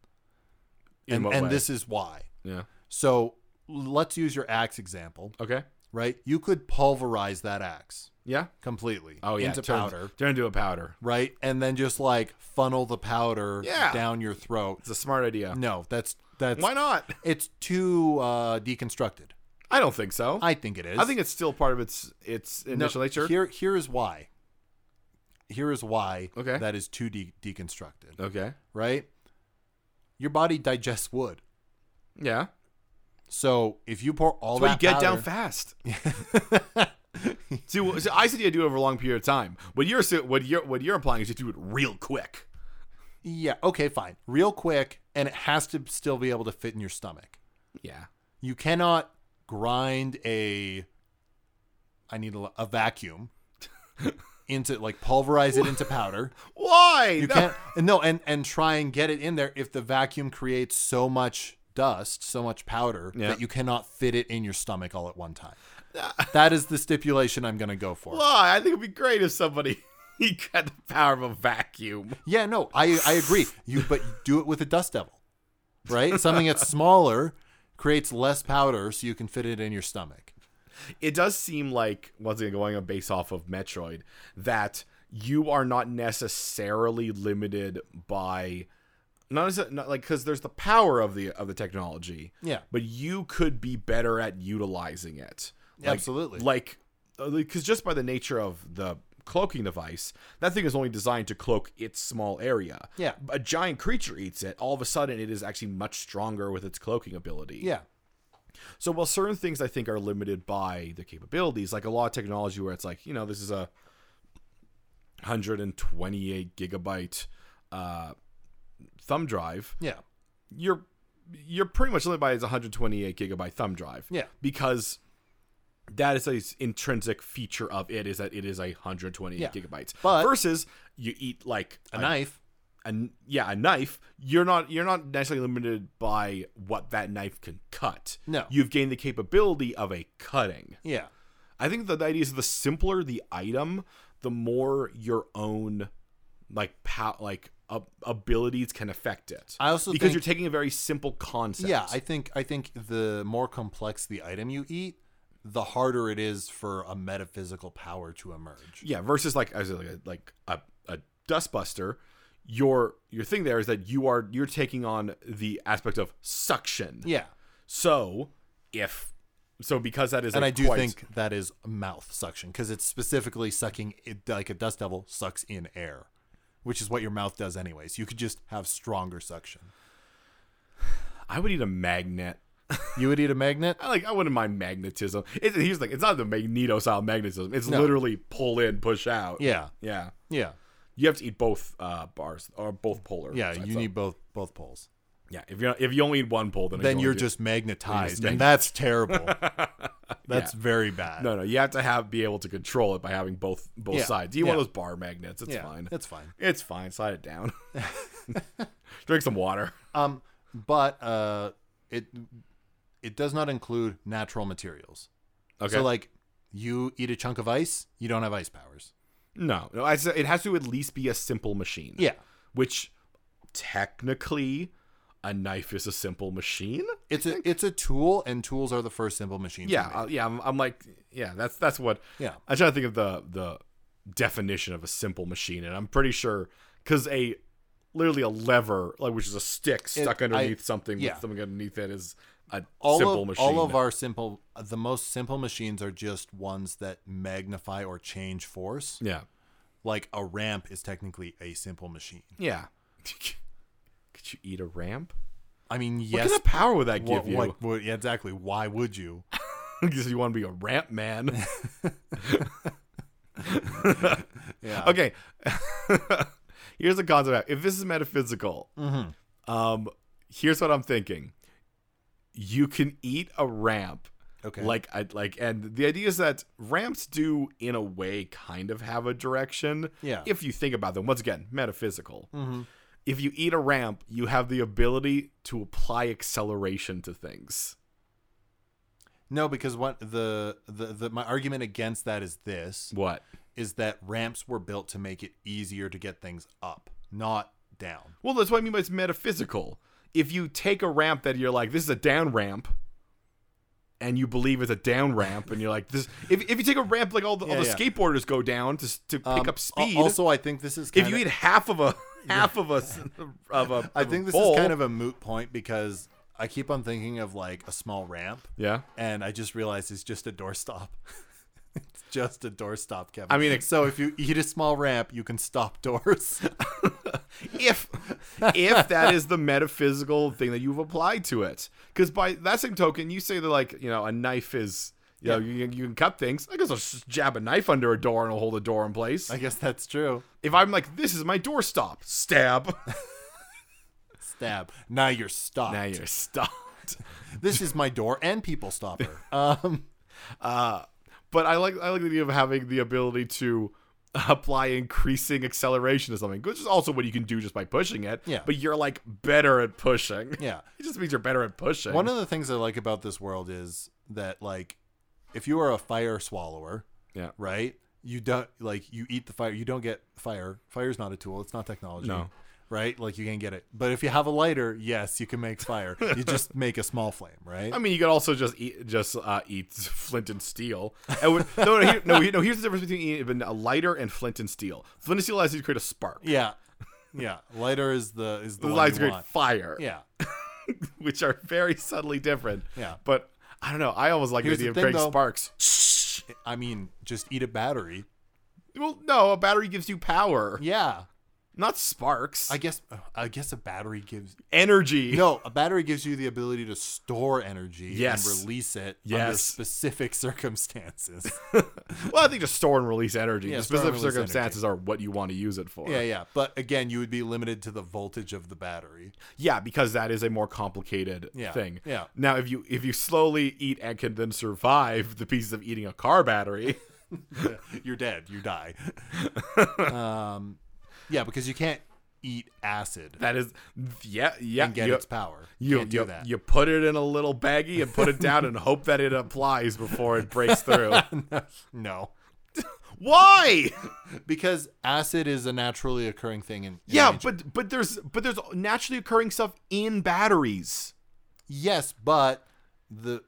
[SPEAKER 1] in
[SPEAKER 2] and,
[SPEAKER 1] what
[SPEAKER 2] and
[SPEAKER 1] way?
[SPEAKER 2] this is why.
[SPEAKER 1] yeah
[SPEAKER 2] So let's use your axe example,
[SPEAKER 1] okay
[SPEAKER 2] right? You could pulverize that axe
[SPEAKER 1] yeah
[SPEAKER 2] completely.
[SPEAKER 1] oh yeah
[SPEAKER 2] into
[SPEAKER 1] turn-
[SPEAKER 2] powder,
[SPEAKER 1] turn into a powder
[SPEAKER 2] right? And then just like funnel the powder
[SPEAKER 1] Yeah.
[SPEAKER 2] down your throat.
[SPEAKER 1] it's a smart idea
[SPEAKER 2] No, that's that's
[SPEAKER 1] why not
[SPEAKER 2] it's too uh, deconstructed.
[SPEAKER 1] i don't think so
[SPEAKER 2] I think it is.
[SPEAKER 1] I think it's still part of its its
[SPEAKER 2] No,
[SPEAKER 1] initial nature.
[SPEAKER 2] Here, here is why. Here is why
[SPEAKER 1] Okay.
[SPEAKER 2] that is too de- deconstructed,
[SPEAKER 1] okay.
[SPEAKER 2] right? Your body digests wood.
[SPEAKER 1] Yeah.
[SPEAKER 2] So if you pour all
[SPEAKER 1] That's why you get
[SPEAKER 2] that
[SPEAKER 1] down
[SPEAKER 2] powder,
[SPEAKER 1] fast. see, wh- so I said you do it over a long period of time. What you're sa- what you're what you're implying is you do it real quick.
[SPEAKER 2] yeah, okay, fine, real quick, and it has to still be able to fit in your stomach.
[SPEAKER 1] Yeah.
[SPEAKER 2] You cannot grind a. I need a, lo- a vacuum into like pulverize it into powder.
[SPEAKER 1] Why?
[SPEAKER 2] You
[SPEAKER 1] No.
[SPEAKER 2] can't and no and and try and get it in there if the vacuum creates so much dust, so much powder
[SPEAKER 1] Yeah.
[SPEAKER 2] that you cannot fit it in your stomach all at one time. that is the stipulation I'm going to go for.
[SPEAKER 1] Why? I think it'd be great if somebody he got the power of a vacuum.
[SPEAKER 2] yeah, no, I I agree. You but you do it with a dust devil. Right? Something that's smaller creates less powder so you can fit it in your stomach.
[SPEAKER 1] It does seem like once again going on base off of Metroid that you are not necessarily limited by not, necess- not like because there's the power of the of the technology.
[SPEAKER 2] Yeah.
[SPEAKER 1] but you could be better at utilizing it. Like-
[SPEAKER 2] Absolutely.
[SPEAKER 1] Like, because just by the nature of the cloaking device, that thing is only designed to cloak its small area.
[SPEAKER 2] Yeah.
[SPEAKER 1] A giant creature eats it, all of a sudden, it is actually much stronger with its cloaking ability.
[SPEAKER 2] Yeah.
[SPEAKER 1] So, while certain things I think are limited by the capabilities, like a lot of technology where it's like, you know, this is a 128 gigabyte uh, thumb drive
[SPEAKER 2] Yeah.
[SPEAKER 1] you're you're pretty much limited by his 128 gigabyte thumb drive.
[SPEAKER 2] Yeah.
[SPEAKER 1] Because that is a s- intrinsic feature of it is that it is a 128
[SPEAKER 2] Yeah.
[SPEAKER 1] gigabytes.
[SPEAKER 2] But-
[SPEAKER 1] versus you eat like
[SPEAKER 2] A knife.
[SPEAKER 1] a kn- yeah a knife. You're not you're not necessarily limited by what that knife can cut.
[SPEAKER 2] No.
[SPEAKER 1] you've gained the capability of a cutting.
[SPEAKER 2] Yeah.
[SPEAKER 1] I think that the idea is the simpler the item, the more your own like pow- like ab- abilities can affect it.
[SPEAKER 2] I also
[SPEAKER 1] because
[SPEAKER 2] think-
[SPEAKER 1] you're taking a very simple concept.
[SPEAKER 2] Yeah, I think I think the more complex the item you eat, the harder it is for a metaphysical power to emerge.
[SPEAKER 1] yeah. Versus like I was like a, like a, a dustbuster. Your your thing there is that you are you're taking on the aspect of suction.
[SPEAKER 2] Yeah.
[SPEAKER 1] So if so because that is
[SPEAKER 2] And
[SPEAKER 1] a
[SPEAKER 2] I do
[SPEAKER 1] quite-
[SPEAKER 2] think that is mouth suction because it's specifically sucking it, like a dust devil sucks in air, which is what your mouth does anyways. You could just have stronger suction.
[SPEAKER 1] I would eat a magnet.
[SPEAKER 2] You would eat a magnet?
[SPEAKER 1] I like I wouldn't mind magnetism. It, here's like it's not the magneto style magnetism. It's
[SPEAKER 2] No.
[SPEAKER 1] literally pull in, push out.
[SPEAKER 2] Yeah.
[SPEAKER 1] yeah.
[SPEAKER 2] Yeah.
[SPEAKER 1] You have to eat both uh, bars or both polar.
[SPEAKER 2] Yeah,
[SPEAKER 1] sides
[SPEAKER 2] you
[SPEAKER 1] up.
[SPEAKER 2] need both both poles.
[SPEAKER 1] Yeah, if you if you only eat one pole, then
[SPEAKER 2] Then
[SPEAKER 1] only
[SPEAKER 2] you're
[SPEAKER 1] do-
[SPEAKER 2] just magnetized,
[SPEAKER 1] magnet-
[SPEAKER 2] and that's terrible. That's very bad.
[SPEAKER 1] no no. You have to have be able to control it by having both both
[SPEAKER 2] Yeah,
[SPEAKER 1] sides. You want
[SPEAKER 2] yeah.
[SPEAKER 1] those bar magnets. It's
[SPEAKER 2] yeah,
[SPEAKER 1] fine.
[SPEAKER 2] It's fine.
[SPEAKER 1] It's fine. Slide it down. Drink some water.
[SPEAKER 2] Um, but uh, it it does not include natural materials.
[SPEAKER 1] Okay.
[SPEAKER 2] So like, you eat a chunk of ice, you don't have ice powers.
[SPEAKER 1] no, no. I, said it has to at least be a simple machine.
[SPEAKER 2] Yeah,
[SPEAKER 1] Which technically, a knife is a simple machine.
[SPEAKER 2] it's a it's a tool, and tools are the first simple machines. we
[SPEAKER 1] Yeah.
[SPEAKER 2] made.
[SPEAKER 1] uh, yeah. I'm, I'm like yeah. That's that's what.
[SPEAKER 2] yeah,
[SPEAKER 1] I'm trying to think of the the definition of a simple machine, and I'm pretty sure because a literally a lever, like which is a stick stuck
[SPEAKER 2] I-
[SPEAKER 1] underneath something
[SPEAKER 2] yeah.
[SPEAKER 1] with something underneath it, is a
[SPEAKER 2] all
[SPEAKER 1] simple
[SPEAKER 2] of
[SPEAKER 1] machine.
[SPEAKER 2] all of our simple, the most simple machines are just ones that magnify or change force.
[SPEAKER 1] yeah,
[SPEAKER 2] Like a ramp is technically a simple machine.
[SPEAKER 1] yeah. Could you eat a ramp?
[SPEAKER 2] I mean,
[SPEAKER 1] What
[SPEAKER 2] yes.
[SPEAKER 1] kind of power would that give
[SPEAKER 2] what-
[SPEAKER 1] you?
[SPEAKER 2] what- what- yeah, exactly. Why would you?
[SPEAKER 1] Because you want to be a ramp man.
[SPEAKER 2] Yeah.
[SPEAKER 1] okay, here's the concept. If this is metaphysical,
[SPEAKER 2] Mm-hmm.
[SPEAKER 1] um, here's what I'm thinking. You can eat a ramp
[SPEAKER 2] Okay.
[SPEAKER 1] Like I like and the idea is that ramps do in a way kind of have a direction.
[SPEAKER 2] Yeah.
[SPEAKER 1] If you think about them, once again, metaphysical.
[SPEAKER 2] Mhm.
[SPEAKER 1] If you eat a ramp, you have the ability to apply acceleration to things.
[SPEAKER 2] No, because what the, the the my argument against that is this
[SPEAKER 1] What?
[SPEAKER 2] is that ramps were built to make it easier to get things up, not down.
[SPEAKER 1] Well, that's what I mean by it's metaphysical. If you take a ramp that you're like, this is a down ramp, and you believe it's a down ramp, and you're like, this. If, if you take a ramp like all the, all
[SPEAKER 2] Yeah,
[SPEAKER 1] the
[SPEAKER 2] yeah.
[SPEAKER 1] skateboarders go down to to pick
[SPEAKER 2] Um,
[SPEAKER 1] up
[SPEAKER 2] al-
[SPEAKER 1] speed,
[SPEAKER 2] Also, I think this is kind
[SPEAKER 1] if you
[SPEAKER 2] of,
[SPEAKER 1] eat half of a half of a s- of a,
[SPEAKER 2] I think this
[SPEAKER 1] bowl-
[SPEAKER 2] is kind of a moot point because I keep on thinking of like a small ramp,
[SPEAKER 1] yeah.
[SPEAKER 2] and I just realized it's just a doorstop. it's just a doorstop, Kevin.
[SPEAKER 1] I mean, it-
[SPEAKER 2] so if you eat a small ramp, you can stop doors.
[SPEAKER 1] if if that is the metaphysical thing that you've applied to it because by that same token you say that like you know a knife is you know you, you can cut things i guess i'll just jab a knife under a door and i'll hold the door in place
[SPEAKER 2] I guess that's true.
[SPEAKER 1] if i'm like this is my doorstop stab
[SPEAKER 2] Stab. Now you're stopped.
[SPEAKER 1] now you're stopped
[SPEAKER 2] This is my door and people stopper. Um,
[SPEAKER 1] uh but i like i like the idea of having the ability to apply increasing acceleration to something which is also what you can do just by pushing it
[SPEAKER 2] Yeah.
[SPEAKER 1] but you're like better at pushing
[SPEAKER 2] yeah.
[SPEAKER 1] it just means you're better at pushing
[SPEAKER 2] One of the things I like about this world is that like if you are a fire swallower,
[SPEAKER 1] yeah
[SPEAKER 2] right? You don't like you eat the fire, you don't get fire. Fire's not a tool, it's not technology.
[SPEAKER 1] No.
[SPEAKER 2] Right? Like you can get it. But if you have a lighter, yes, you can make fire. you just make a small flame, right?
[SPEAKER 1] I mean, you could also just eat just uh, eat flint and steel. And when, no, no, here, no, here- no, here's the difference between eating even a lighter and flint and steel. Flint and steel allows you to create a spark.
[SPEAKER 2] yeah. Yeah. Lighter is the is the
[SPEAKER 1] It
[SPEAKER 2] one
[SPEAKER 1] allows you
[SPEAKER 2] you
[SPEAKER 1] to create
[SPEAKER 2] want.
[SPEAKER 1] fire,
[SPEAKER 2] Yeah.
[SPEAKER 1] which are very subtly different.
[SPEAKER 2] Yeah.
[SPEAKER 1] But I don't know. I always like
[SPEAKER 2] Here's
[SPEAKER 1] the idea
[SPEAKER 2] the
[SPEAKER 1] of
[SPEAKER 2] thing,
[SPEAKER 1] creating
[SPEAKER 2] though.
[SPEAKER 1] sparks.
[SPEAKER 2] I mean, just eat a battery.
[SPEAKER 1] Well, no, a battery gives you power,
[SPEAKER 2] Yeah.
[SPEAKER 1] not sparks.
[SPEAKER 2] I guess I guess a battery gives
[SPEAKER 1] Energy.
[SPEAKER 2] No, a battery gives you the ability to store energy
[SPEAKER 1] Yes.
[SPEAKER 2] and release it under
[SPEAKER 1] Yes.
[SPEAKER 2] specific circumstances.
[SPEAKER 1] Well, I think just store and release energy.
[SPEAKER 2] Yeah,
[SPEAKER 1] the
[SPEAKER 2] store and
[SPEAKER 1] specific
[SPEAKER 2] release
[SPEAKER 1] circumstances are what you want to use it for.
[SPEAKER 2] yeah, yeah. But again, you would be limited to the voltage of the battery.
[SPEAKER 1] Yeah, because that is a more complicated
[SPEAKER 2] Yeah,
[SPEAKER 1] thing.
[SPEAKER 2] yeah.
[SPEAKER 1] Now, if you if you slowly eat and can then survive the pieces of eating a car battery,
[SPEAKER 2] You're dead. You die. um, yeah, because you can't eat acid
[SPEAKER 1] that is, yeah, yeah.
[SPEAKER 2] and get
[SPEAKER 1] you,
[SPEAKER 2] its power. You,
[SPEAKER 1] you
[SPEAKER 2] can't do
[SPEAKER 1] you-
[SPEAKER 2] that.
[SPEAKER 1] you put it in a little baggie and put it down and hope that it applies before it breaks through.
[SPEAKER 2] no,
[SPEAKER 1] Why?
[SPEAKER 2] because acid is a naturally occurring thing. In, in
[SPEAKER 1] Yeah,
[SPEAKER 2] nature.
[SPEAKER 1] but but there's but there's naturally occurring stuff in batteries.
[SPEAKER 2] yes, but the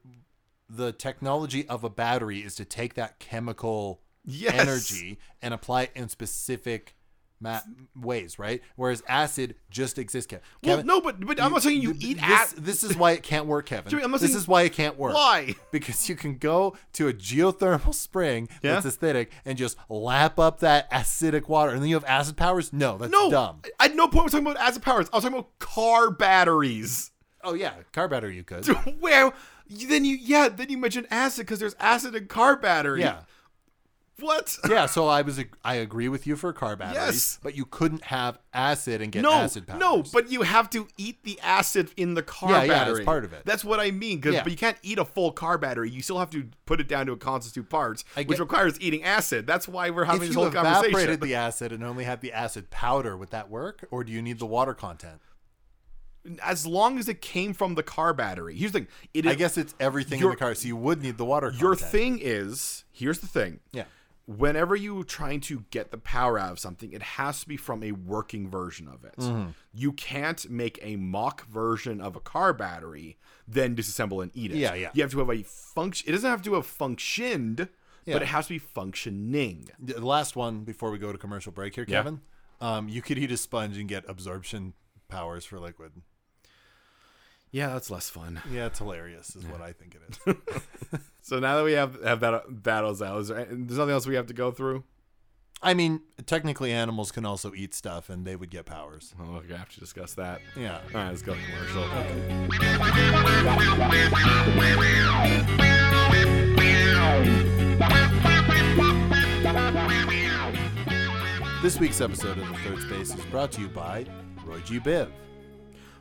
[SPEAKER 2] the technology of a battery is to take that chemical
[SPEAKER 1] Yes.
[SPEAKER 2] energy and apply it in specific ma- ways, right? Whereas acid just exists. Kev-
[SPEAKER 1] Well,
[SPEAKER 2] Kevin,
[SPEAKER 1] no, but but I'm not saying you
[SPEAKER 2] th-
[SPEAKER 1] eat at
[SPEAKER 2] this, This is why it can't work, Kevin.
[SPEAKER 1] Jimmy, I'm not
[SPEAKER 2] this
[SPEAKER 1] saying-
[SPEAKER 2] is why it can't work.
[SPEAKER 1] Why?
[SPEAKER 2] Because you can go to a geothermal spring
[SPEAKER 1] Yeah?
[SPEAKER 2] that's acidic and just lap up that acidic water, and then you have acid powers. No, that's
[SPEAKER 1] No,
[SPEAKER 2] dumb.
[SPEAKER 1] I- At no point was talking about acid powers. I was talking about car batteries.
[SPEAKER 2] Oh yeah, car battery you could.
[SPEAKER 1] well, you- then you yeah, then you mentioned acid because there's acid in car battery.
[SPEAKER 2] Yeah.
[SPEAKER 1] What?
[SPEAKER 2] Yeah, so I was ag- I agree with you for car batteries,
[SPEAKER 1] Yes.
[SPEAKER 2] but you couldn't have acid and get
[SPEAKER 1] no,
[SPEAKER 2] acid powers.
[SPEAKER 1] no, but you have to eat the acid in the car
[SPEAKER 2] Yeah, yeah, that's
[SPEAKER 1] battery.
[SPEAKER 2] part of it.
[SPEAKER 1] That's what I mean. 'cause-
[SPEAKER 2] Yeah.
[SPEAKER 1] but you can't eat a full car battery. You still have to put it down to a constitute parts,
[SPEAKER 2] I
[SPEAKER 1] which
[SPEAKER 2] get-
[SPEAKER 1] requires eating acid. That's why we're having
[SPEAKER 2] if
[SPEAKER 1] this
[SPEAKER 2] you
[SPEAKER 1] whole conversation.
[SPEAKER 2] evaporated the acid and only had the acid powder, would that work, or do you need the water content?
[SPEAKER 1] as long as it came from the car battery. Here's the thing. It is,
[SPEAKER 2] I guess it's everything in
[SPEAKER 1] Your-
[SPEAKER 2] the car, so you would need the water.
[SPEAKER 1] your
[SPEAKER 2] content.
[SPEAKER 1] thing is here's the thing.
[SPEAKER 2] yeah,
[SPEAKER 1] whenever you're trying to get the power out of something, it has to be from a working version of it. You can't make a mock version of a car battery, then disassemble and eat it.
[SPEAKER 2] Yeah, yeah.
[SPEAKER 1] You have to have a function. It doesn't have to have functioned,
[SPEAKER 2] Yeah.
[SPEAKER 1] but it has to be functioning.
[SPEAKER 2] the last one before we go to commercial break here,
[SPEAKER 1] Yeah.
[SPEAKER 2] Kevin. Um, you could eat a sponge and get absorption powers for liquid.
[SPEAKER 1] Yeah, that's less fun.
[SPEAKER 2] Yeah, it's hilarious, is what I think it is.
[SPEAKER 1] So now that we have have that battles out, is there, and there's nothing else we have to go through.
[SPEAKER 2] I mean, technically, animals can also eat stuff, and they would get powers.
[SPEAKER 1] Oh, we're gonna have to discuss that.
[SPEAKER 2] Yeah.
[SPEAKER 1] All right, let's go to commercial.
[SPEAKER 2] This week's episode of the Third Space is brought to you by Roy G. Biv.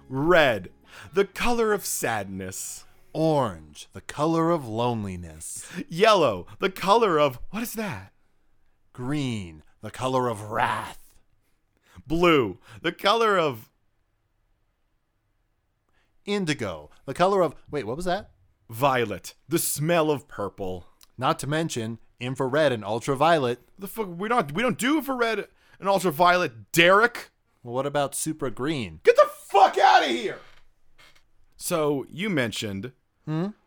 [SPEAKER 1] Red, the color of sadness.
[SPEAKER 2] Orange, the color of loneliness.
[SPEAKER 1] Yellow, the color of what is that?
[SPEAKER 2] Green, the color of wrath.
[SPEAKER 1] blue, the color of
[SPEAKER 2] Indigo, the color of. Wait, what was that?
[SPEAKER 1] violet, the smell of purple.
[SPEAKER 2] Not to mention infrared and ultraviolet.
[SPEAKER 1] The fuck we don't we don't do infrared and ultraviolet, Derek.
[SPEAKER 2] Well, what about supra green?
[SPEAKER 1] Get the fuck out of here. So you mentioned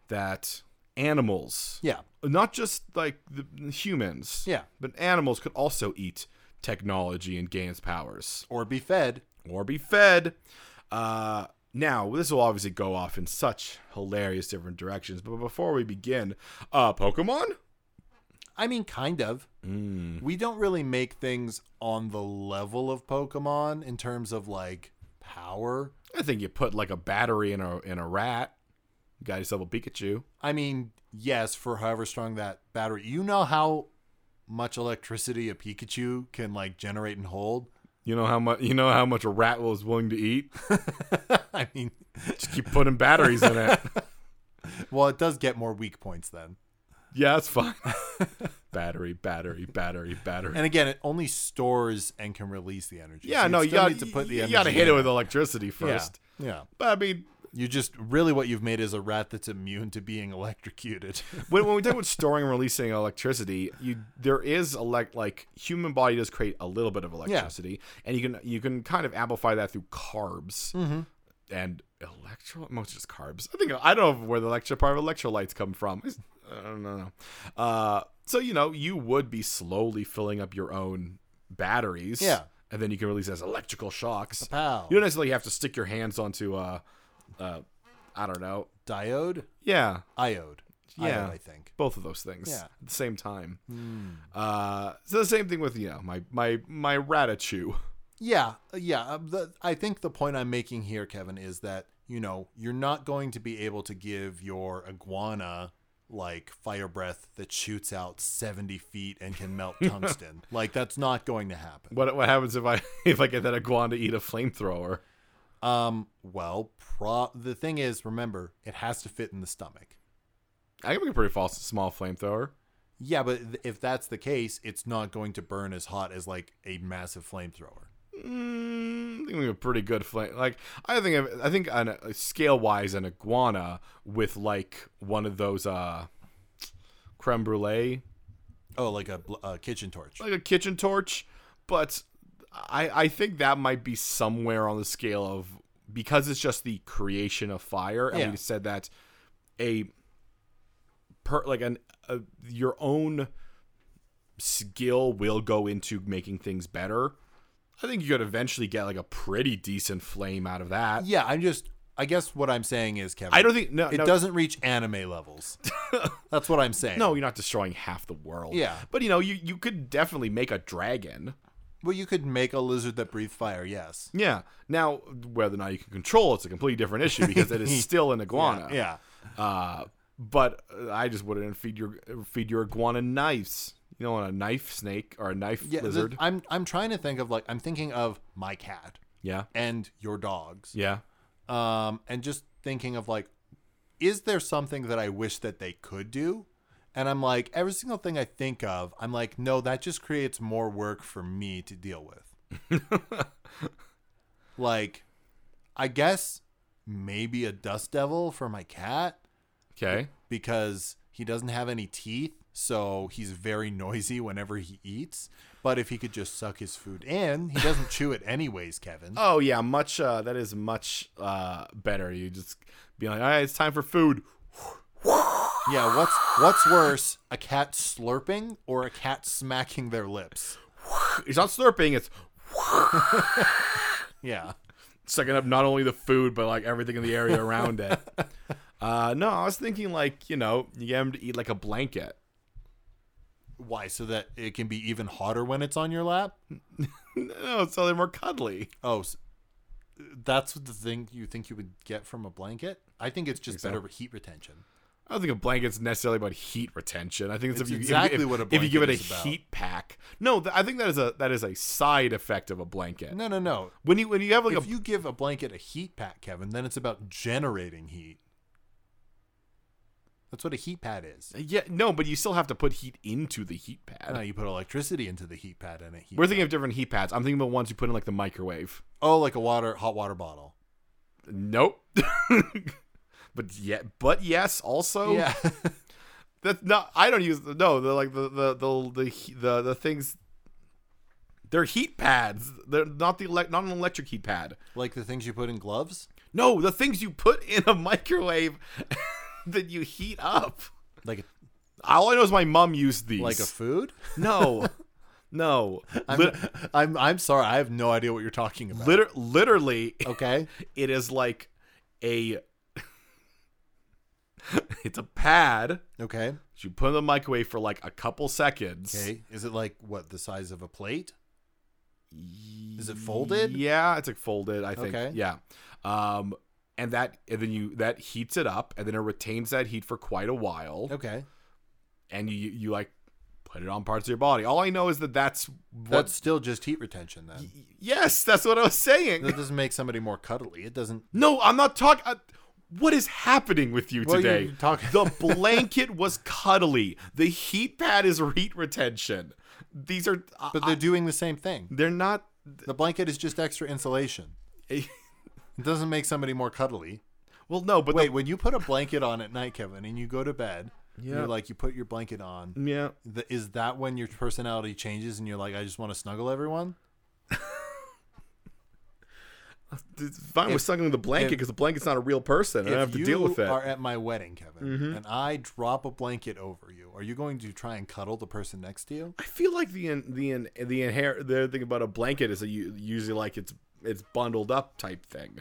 [SPEAKER 1] that animals,
[SPEAKER 2] Hmm? Yeah.
[SPEAKER 1] not just like the humans,
[SPEAKER 2] Yeah.
[SPEAKER 1] but animals could also eat technology and gain its powers.
[SPEAKER 2] Or be fed.
[SPEAKER 1] or be fed. Uh, now, this will obviously go off in such hilarious different directions, but before we begin, uh, Pokemon?
[SPEAKER 2] I mean, kind of. We don't really make things on the level of Pokemon in terms of like power.
[SPEAKER 1] I think you put like a battery in a in a rat, got yourself a Pikachu.
[SPEAKER 2] I mean, yes, for however strong that battery. You know how much electricity a Pikachu can like generate and hold.
[SPEAKER 1] You know how much you know how much a rat was willing to eat.
[SPEAKER 2] I mean,
[SPEAKER 1] Just keep putting batteries in it.
[SPEAKER 2] well, it does get more weak points then.
[SPEAKER 1] Yeah, that's fine. battery, battery, battery, battery.
[SPEAKER 2] And again, it only stores and can release the energy.
[SPEAKER 1] yeah,
[SPEAKER 2] So
[SPEAKER 1] no,
[SPEAKER 2] you'd
[SPEAKER 1] you
[SPEAKER 2] still
[SPEAKER 1] got
[SPEAKER 2] need to put the
[SPEAKER 1] you
[SPEAKER 2] energy
[SPEAKER 1] got to hit
[SPEAKER 2] in.
[SPEAKER 1] it with electricity first.
[SPEAKER 2] Yeah. yeah.
[SPEAKER 1] But I mean,
[SPEAKER 2] You just really what you've made is a rat that's immune to being electrocuted.
[SPEAKER 1] when, when we talk about storing and releasing electricity, you there is elect like human body does create a little bit of electricity, and you can you can kind of amplify that through carbs and electro most just carbs. I think I don't know where the electro part of electrolytes come from. It's- I don't know. Uh, so you know you would be slowly filling up your own batteries,
[SPEAKER 2] Yeah.
[SPEAKER 1] and then you can release as electrical shocks.
[SPEAKER 2] Pow.
[SPEAKER 1] You don't necessarily have to stick your hands onto uh, uh, I don't know,
[SPEAKER 2] Diode?
[SPEAKER 1] yeah,
[SPEAKER 2] Iode.
[SPEAKER 1] Yeah.
[SPEAKER 2] Iode, I think.
[SPEAKER 1] both of those things
[SPEAKER 2] Yeah.
[SPEAKER 1] at the same time. Uh, so the same thing with you know my my my Ratachu.
[SPEAKER 2] Yeah, yeah. uh, The, I think the point I'm making here, Kevin, is that you know you're not going to be able to give your iguana like fire breath that shoots out 70 feet and can melt tungsten. like that's not going to happen.
[SPEAKER 1] What what happens if I if I get that iguana to eat a flamethrower?
[SPEAKER 2] Um. Well, pro- the thing is, remember, it has to fit in the stomach.
[SPEAKER 1] I can make a pretty false small flamethrower.
[SPEAKER 2] Yeah, but th- if that's the case, it's not going to burn as hot as like a massive flamethrower.
[SPEAKER 1] Mm, I think we have a pretty good flame. Like I think of- I think on a scale wise an iguana with like one of those uh creme brulee
[SPEAKER 2] Oh, like a, bl- a kitchen torch.
[SPEAKER 1] like a kitchen torch, but I I think that might be somewhere on the scale of because it's just the creation of fire, and
[SPEAKER 2] Yeah.
[SPEAKER 1] we said that a per like an a, your own skill will go into making things better. I think you could eventually get like a pretty decent flame out of that.
[SPEAKER 2] Yeah, I'm just. I guess what I'm saying is, Kevin.
[SPEAKER 1] I don't think no
[SPEAKER 2] it
[SPEAKER 1] no,
[SPEAKER 2] doesn't reach anime levels. That's what I'm saying.
[SPEAKER 1] no you're not destroying half the world.
[SPEAKER 2] Yeah.
[SPEAKER 1] but you know you you could definitely make a dragon.
[SPEAKER 2] Well, you could make a lizard that breathes fire. Yes.
[SPEAKER 1] Yeah. Now, whether or not you can control it's a completely different issue because it is still an iguana.
[SPEAKER 2] Yeah.
[SPEAKER 1] Uh, but uh, I just wouldn't feed your feed your iguana knives. You don't want a knife snake or a knife
[SPEAKER 2] Yeah. th-
[SPEAKER 1] lizard.
[SPEAKER 2] I'm I'm trying to think of like I'm thinking of my cat
[SPEAKER 1] yeah.
[SPEAKER 2] and your dogs.
[SPEAKER 1] Yeah.
[SPEAKER 2] um, and just thinking of like, is there something that I wish that they could do? And I'm like, every single thing I think of, I'm like, no, that just creates more work for me to deal with. like, I guess maybe a dust devil for my cat
[SPEAKER 1] Okay.
[SPEAKER 2] because he doesn't have any teeth. So he's very noisy whenever he eats. But if he could just suck his food in, he doesn't chew it anyways, Kevin.
[SPEAKER 1] Oh yeah, much. Uh, that is much uh, better. You just be like, all right, it's time for food.
[SPEAKER 2] Yeah, what's what's worse, a cat slurping or a cat smacking their lips?
[SPEAKER 1] It's not slurping. It's
[SPEAKER 2] Yeah.
[SPEAKER 1] sucking up not only the food but like everything in the area around it. Uh, no, I was thinking like you know you get him to eat like a blanket.
[SPEAKER 2] Why? So that it can be even hotter when it's on your lap?
[SPEAKER 1] No, so they're more cuddly.
[SPEAKER 2] Oh, s that's the thing you think you would get from a blanket? I think it's just
[SPEAKER 1] so?
[SPEAKER 2] better heat retention.
[SPEAKER 1] I don't think a blanket's necessarily about heat retention. I think it's,
[SPEAKER 2] It's
[SPEAKER 1] if you, if-
[SPEAKER 2] exactly
[SPEAKER 1] if,
[SPEAKER 2] what a
[SPEAKER 1] if you give it a
[SPEAKER 2] blanket is about.
[SPEAKER 1] heat pack. No, th- I think that is a that is a side effect of a blanket.
[SPEAKER 2] No, no, no.
[SPEAKER 1] When you when you have like
[SPEAKER 2] If
[SPEAKER 1] a
[SPEAKER 2] you give a blanket a heat pack, Kevin, then it's about generating heat. That's what a heat pad is.
[SPEAKER 1] yeah no, but you still have to put heat into the heat pad.
[SPEAKER 2] No, you put electricity into the heat pad and it heats.
[SPEAKER 1] We're thinking of different heat pads. I'm thinking about ones you put in like the microwave.
[SPEAKER 2] Oh, like a water hot water bottle.
[SPEAKER 1] Nope. but yeah, but yes, also
[SPEAKER 2] Yeah.
[SPEAKER 1] that's not. I don't use no. They're like the the the the he- the, the things. They're heat pads. They're not the elect, not an electric heat pad.
[SPEAKER 2] like the things you put in gloves?
[SPEAKER 1] No, the things you put in a microwave that you heat up.
[SPEAKER 2] like
[SPEAKER 1] All I know is my mom used these.
[SPEAKER 2] like a food.
[SPEAKER 1] no, no.
[SPEAKER 2] I'm,
[SPEAKER 1] Lit-
[SPEAKER 2] I'm I'm sorry, I have no idea what you're talking about.
[SPEAKER 1] liter- literally,
[SPEAKER 2] okay,
[SPEAKER 1] it is like a. it's a pad
[SPEAKER 2] okay,
[SPEAKER 1] that you put in the microwave for like a couple seconds.
[SPEAKER 2] okay. Is it like what the size of a plate?
[SPEAKER 1] Is
[SPEAKER 2] it folded?
[SPEAKER 1] Yeah, it's like folded. I think.
[SPEAKER 2] Okay.
[SPEAKER 1] Yeah. Um, and that and then you that heats it up and then it retains that heat for quite a while.
[SPEAKER 2] Okay,
[SPEAKER 1] and you you like put it on parts of your body. All I know is that that's what,
[SPEAKER 2] that's still just heat retention. Then
[SPEAKER 1] yes, that's what I was saying.
[SPEAKER 2] that doesn't make somebody more cuddly. It doesn't.
[SPEAKER 1] No, I'm not talking. Uh, what is happening with you
[SPEAKER 2] Well, you-
[SPEAKER 1] today?
[SPEAKER 2] you talk-
[SPEAKER 1] the blanket was cuddly. The heat pad is heat retention. These are, I-
[SPEAKER 2] But they're doing the same thing.
[SPEAKER 1] they're not.
[SPEAKER 2] The blanket is just extra insulation. It doesn't make somebody more cuddly.
[SPEAKER 1] Well, no, but
[SPEAKER 2] Wait, when you put a blanket on at night, Kevin, and you go to bed,
[SPEAKER 1] Yeah.
[SPEAKER 2] you're like you put your blanket on.
[SPEAKER 1] the, yeah,
[SPEAKER 2] Th- Is that when your personality changes and you're like, I just want to snuggle everyone?
[SPEAKER 1] it's fine with sucking the blanket
[SPEAKER 2] if-
[SPEAKER 1] because the blanket's not a real person. and I have to
[SPEAKER 2] you
[SPEAKER 1] deal with Mm-hmm. it.
[SPEAKER 2] are at my wedding, Kevin, and I drop a blanket over you, are you going to try and cuddle the person next to you?
[SPEAKER 1] I feel like the in, the in, the inherent the thing about a blanket is that you usually like it's it's bundled up type thing.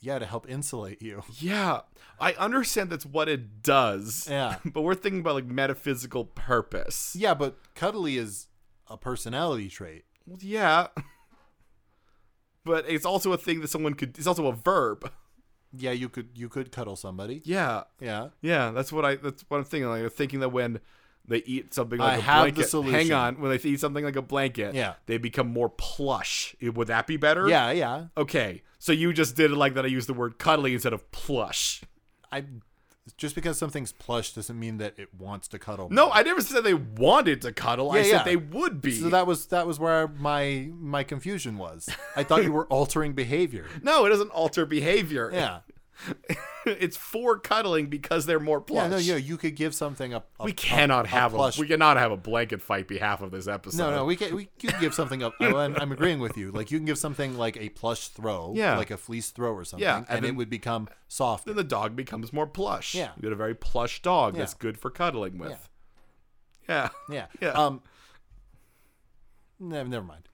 [SPEAKER 2] Yeah, to help insulate you.
[SPEAKER 1] Yeah, I understand that's what it does.
[SPEAKER 2] Yeah.
[SPEAKER 1] But we're thinking about like metaphysical purpose.
[SPEAKER 2] Yeah, but cuddly is a personality trait.
[SPEAKER 1] Well, yeah. But it's also a thing that someone could. It's also a verb.
[SPEAKER 2] Yeah, you could you could cuddle somebody.
[SPEAKER 1] Yeah,
[SPEAKER 2] Yeah.
[SPEAKER 1] yeah. That's what I. That's what I'm thinking. Like I'm thinking that when they eat something like
[SPEAKER 2] I
[SPEAKER 1] a
[SPEAKER 2] have the
[SPEAKER 1] blanket. Hang
[SPEAKER 2] solution.
[SPEAKER 1] on. When they eat something like a blanket,
[SPEAKER 2] Yeah.
[SPEAKER 1] they become more plush. It- Would that be better?
[SPEAKER 2] Yeah, yeah.
[SPEAKER 1] Okay. So you just did it like that. I used the word cuddly instead of plush.
[SPEAKER 2] I just because something's plush doesn't mean that it wants to cuddle. me.
[SPEAKER 1] No, I never said they wanted to cuddle. I
[SPEAKER 2] Yeah,
[SPEAKER 1] said
[SPEAKER 2] yeah.
[SPEAKER 1] they would be.
[SPEAKER 2] So that was that was where my my confusion was. I thought you were altering behavior.
[SPEAKER 1] No, it doesn't alter behavior.
[SPEAKER 2] Yeah.
[SPEAKER 1] it's for cuddling because they're more plush.
[SPEAKER 2] Yeah, no, yeah, you could give something a, a
[SPEAKER 1] We cannot have a,
[SPEAKER 2] plush-
[SPEAKER 1] we cannot have a blanket fight behalf of this episode.
[SPEAKER 2] No, no, we can we you can give something up. Oh, and I'm agreeing with you. Like you can give something like a plush throw,
[SPEAKER 1] Yeah.
[SPEAKER 2] like a fleece throw or something,
[SPEAKER 1] Yeah, and
[SPEAKER 2] and,
[SPEAKER 1] then-
[SPEAKER 2] it would become soft.
[SPEAKER 1] Then the dog becomes more plush.
[SPEAKER 2] Yeah.
[SPEAKER 1] You get a very plush dog
[SPEAKER 2] Yeah.
[SPEAKER 1] that's good for cuddling with. Yeah.
[SPEAKER 2] Yeah.
[SPEAKER 1] Yeah.
[SPEAKER 2] Um. Ne- never mind.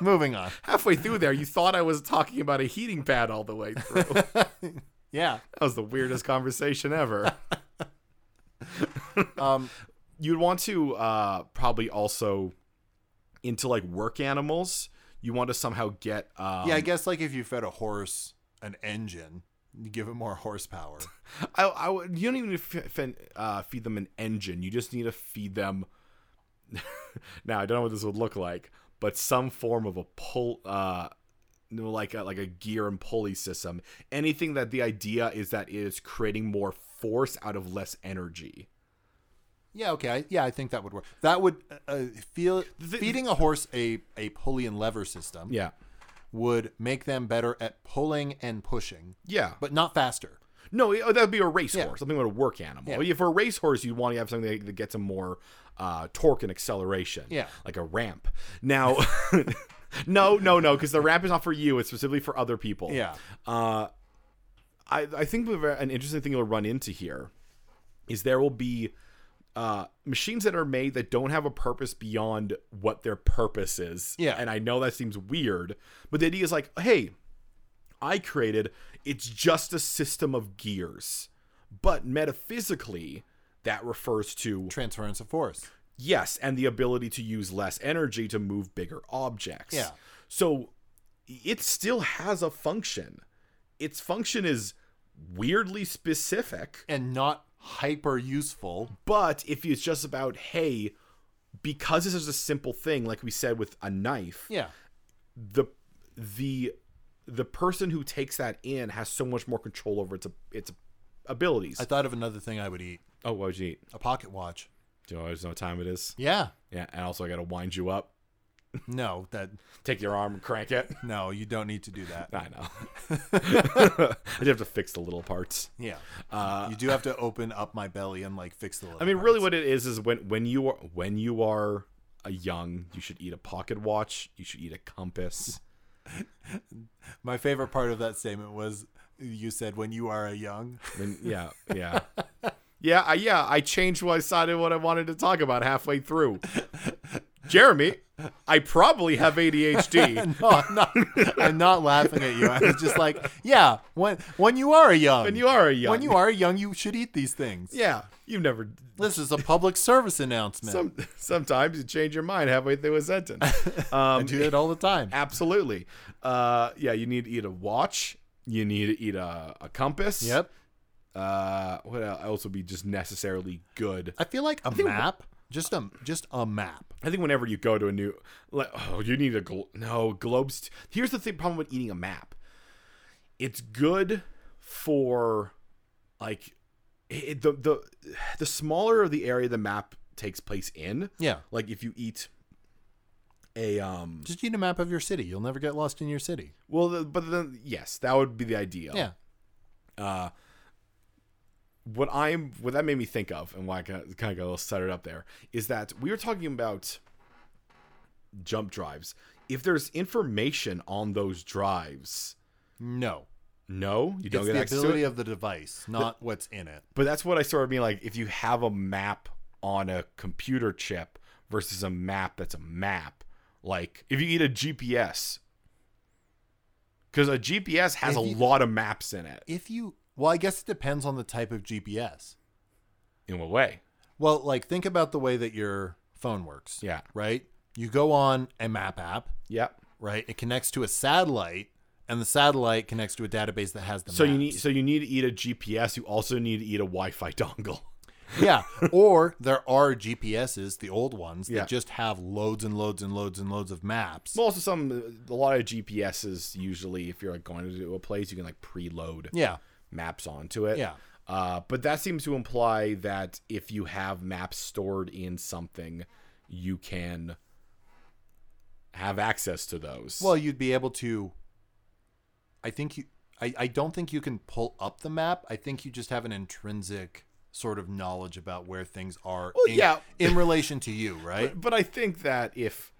[SPEAKER 2] Moving on.
[SPEAKER 1] Halfway through there, you thought I was talking about a heating pad all the way through. that
[SPEAKER 2] Yeah.
[SPEAKER 1] was the weirdest conversation ever.
[SPEAKER 2] Um.
[SPEAKER 1] you'd want to uh, probably also into like work animals. You want to somehow get um,
[SPEAKER 2] yeah, I guess like if you fed a horse an engine, you give it more horsepower.
[SPEAKER 1] I, I would- you don't even need to f- f- uh, feed them an engine. You just need to feed them. now I don't know what this would look like, but some form of a pull, uh, no, like a, like a gear and pulley system. Anything that the idea is that it is creating more force out of less energy.
[SPEAKER 2] yeah, okay. I, yeah, I think that would work. That would uh, uh, feel feeding a horse a a pulley and lever system
[SPEAKER 1] Yeah,
[SPEAKER 2] would make them better at pulling and pushing,
[SPEAKER 1] yeah.
[SPEAKER 2] but not faster.
[SPEAKER 1] No, it- that would be a racehorse, something with a work animal.
[SPEAKER 2] Yeah.
[SPEAKER 1] If For a racehorse, you'd want to have something that, that gets them more uh, torque and acceleration.
[SPEAKER 2] Yeah.
[SPEAKER 1] Like a ramp. Now, no, no, no, because the ramp is not for you. It's specifically for other people.
[SPEAKER 2] Yeah.
[SPEAKER 1] Uh, I, I think we've- an interesting thing you'll run into here is there will be uh, machines that are made that don't have a purpose beyond what their purpose is.
[SPEAKER 2] Yeah.
[SPEAKER 1] And I know that seems weird, but the idea is like, hey, I created, it's just a system of gears. But metaphysically, that refers to
[SPEAKER 2] Transference of force.
[SPEAKER 1] yes, and the ability to use less energy to move bigger objects.
[SPEAKER 2] Yeah.
[SPEAKER 1] So it still has a function. Its function is weirdly specific.
[SPEAKER 2] and not hyper useful.
[SPEAKER 1] But if it's just about, hey, because this is a simple thing, like we said with a knife,
[SPEAKER 2] Yeah.
[SPEAKER 1] the the the person who takes that in has so much more control over its its abilities.
[SPEAKER 2] I thought of another thing I would eat
[SPEAKER 1] oh, what would you eat?
[SPEAKER 2] a pocket watch.
[SPEAKER 1] Do you always know what time it is?
[SPEAKER 2] Yeah.
[SPEAKER 1] Yeah, and also I gotta wind you up,
[SPEAKER 2] No, that
[SPEAKER 1] take your arm, and crank it.
[SPEAKER 2] no, you don't need to do that.
[SPEAKER 1] I know. I did have to fix the little parts.
[SPEAKER 2] Yeah. Uh, you do have to open up my belly and like fix the little
[SPEAKER 1] I mean, really, what it is is when when you are when you are a young, you should eat a pocket watch. You should eat a compass.
[SPEAKER 2] my favorite part of that statement was you said when you are a young.
[SPEAKER 1] When- yeah, yeah, yeah, I, yeah. I changed what I decided what I wanted to talk about halfway through. Jeremy, I probably have ADHD.
[SPEAKER 2] No, I'm not I'm not laughing at you. I was just like, yeah, when when you are a young.
[SPEAKER 1] When you are a young,
[SPEAKER 2] when you are a young, you should eat these things.
[SPEAKER 1] yeah, you've never.
[SPEAKER 2] This is a public service announcement.
[SPEAKER 1] Some, sometimes you change your mind halfway through a sentence.
[SPEAKER 2] I
[SPEAKER 1] Um,
[SPEAKER 2] do that all the time.
[SPEAKER 1] Absolutely. Uh, yeah, you need to eat a watch. You need to eat a, a compass.
[SPEAKER 2] Yep.
[SPEAKER 1] Uh, what else else would be just necessarily good?
[SPEAKER 2] I feel like a map, just a just a map.
[SPEAKER 1] I think whenever you go to a new, like, oh, you need a glo- no globes. t- Here's the thing, problem with eating a map. It's good for, like, it, the the the smaller the area the map takes place in.
[SPEAKER 2] Yeah.
[SPEAKER 1] Like if you eat a um,
[SPEAKER 2] Just eat a map of your city. You'll never get lost in your city.
[SPEAKER 1] well, the- but then yes, that would be the ideal.
[SPEAKER 2] Yeah.
[SPEAKER 1] uh, what I'm what that made me think of, and why I kind of got a little started up there, is that we were talking about jump drives. If there's information on those drives,
[SPEAKER 2] No.
[SPEAKER 1] no, you don't
[SPEAKER 2] it's
[SPEAKER 1] get
[SPEAKER 2] the
[SPEAKER 1] access to
[SPEAKER 2] ability
[SPEAKER 1] it.
[SPEAKER 2] of the device, not what's in it.
[SPEAKER 1] But that's what I started being like. If you have a map on a computer chip versus a map that's a map, like if you eat a GPS. Because a GPS has
[SPEAKER 2] If
[SPEAKER 1] a
[SPEAKER 2] you-
[SPEAKER 1] lot of maps in it.
[SPEAKER 2] If you, well, I guess it depends on the type of GPS.
[SPEAKER 1] In what way?
[SPEAKER 2] Well, like think about the way that your phone works.
[SPEAKER 1] Yeah.
[SPEAKER 2] Right? You go on a map app,
[SPEAKER 1] Yep.
[SPEAKER 2] right? It connects to a satellite, and the satellite connects to a database that has the
[SPEAKER 1] So you need
[SPEAKER 2] maps.
[SPEAKER 1] so you need to eat a GPS. You also need to eat a Wi-Fi dongle.
[SPEAKER 2] yeah. Or there are GPSs, the old ones,
[SPEAKER 1] Yeah.
[SPEAKER 2] that just have loads and loads and loads and loads of maps.
[SPEAKER 1] Well, also some a lot of GPSs usually if you're like going to a place, you can like preload
[SPEAKER 2] yeah.
[SPEAKER 1] maps onto it.
[SPEAKER 2] Yeah.
[SPEAKER 1] Uh, but that seems to imply that if you have maps stored in something, you can have access to those.
[SPEAKER 2] Well, you'd be able to. I think you. I, I don't think you can pull up the map. I think you just have an intrinsic sort of knowledge about where things are.
[SPEAKER 1] Well,
[SPEAKER 2] in,
[SPEAKER 1] yeah.
[SPEAKER 2] in relation to you, right?
[SPEAKER 1] but I think that if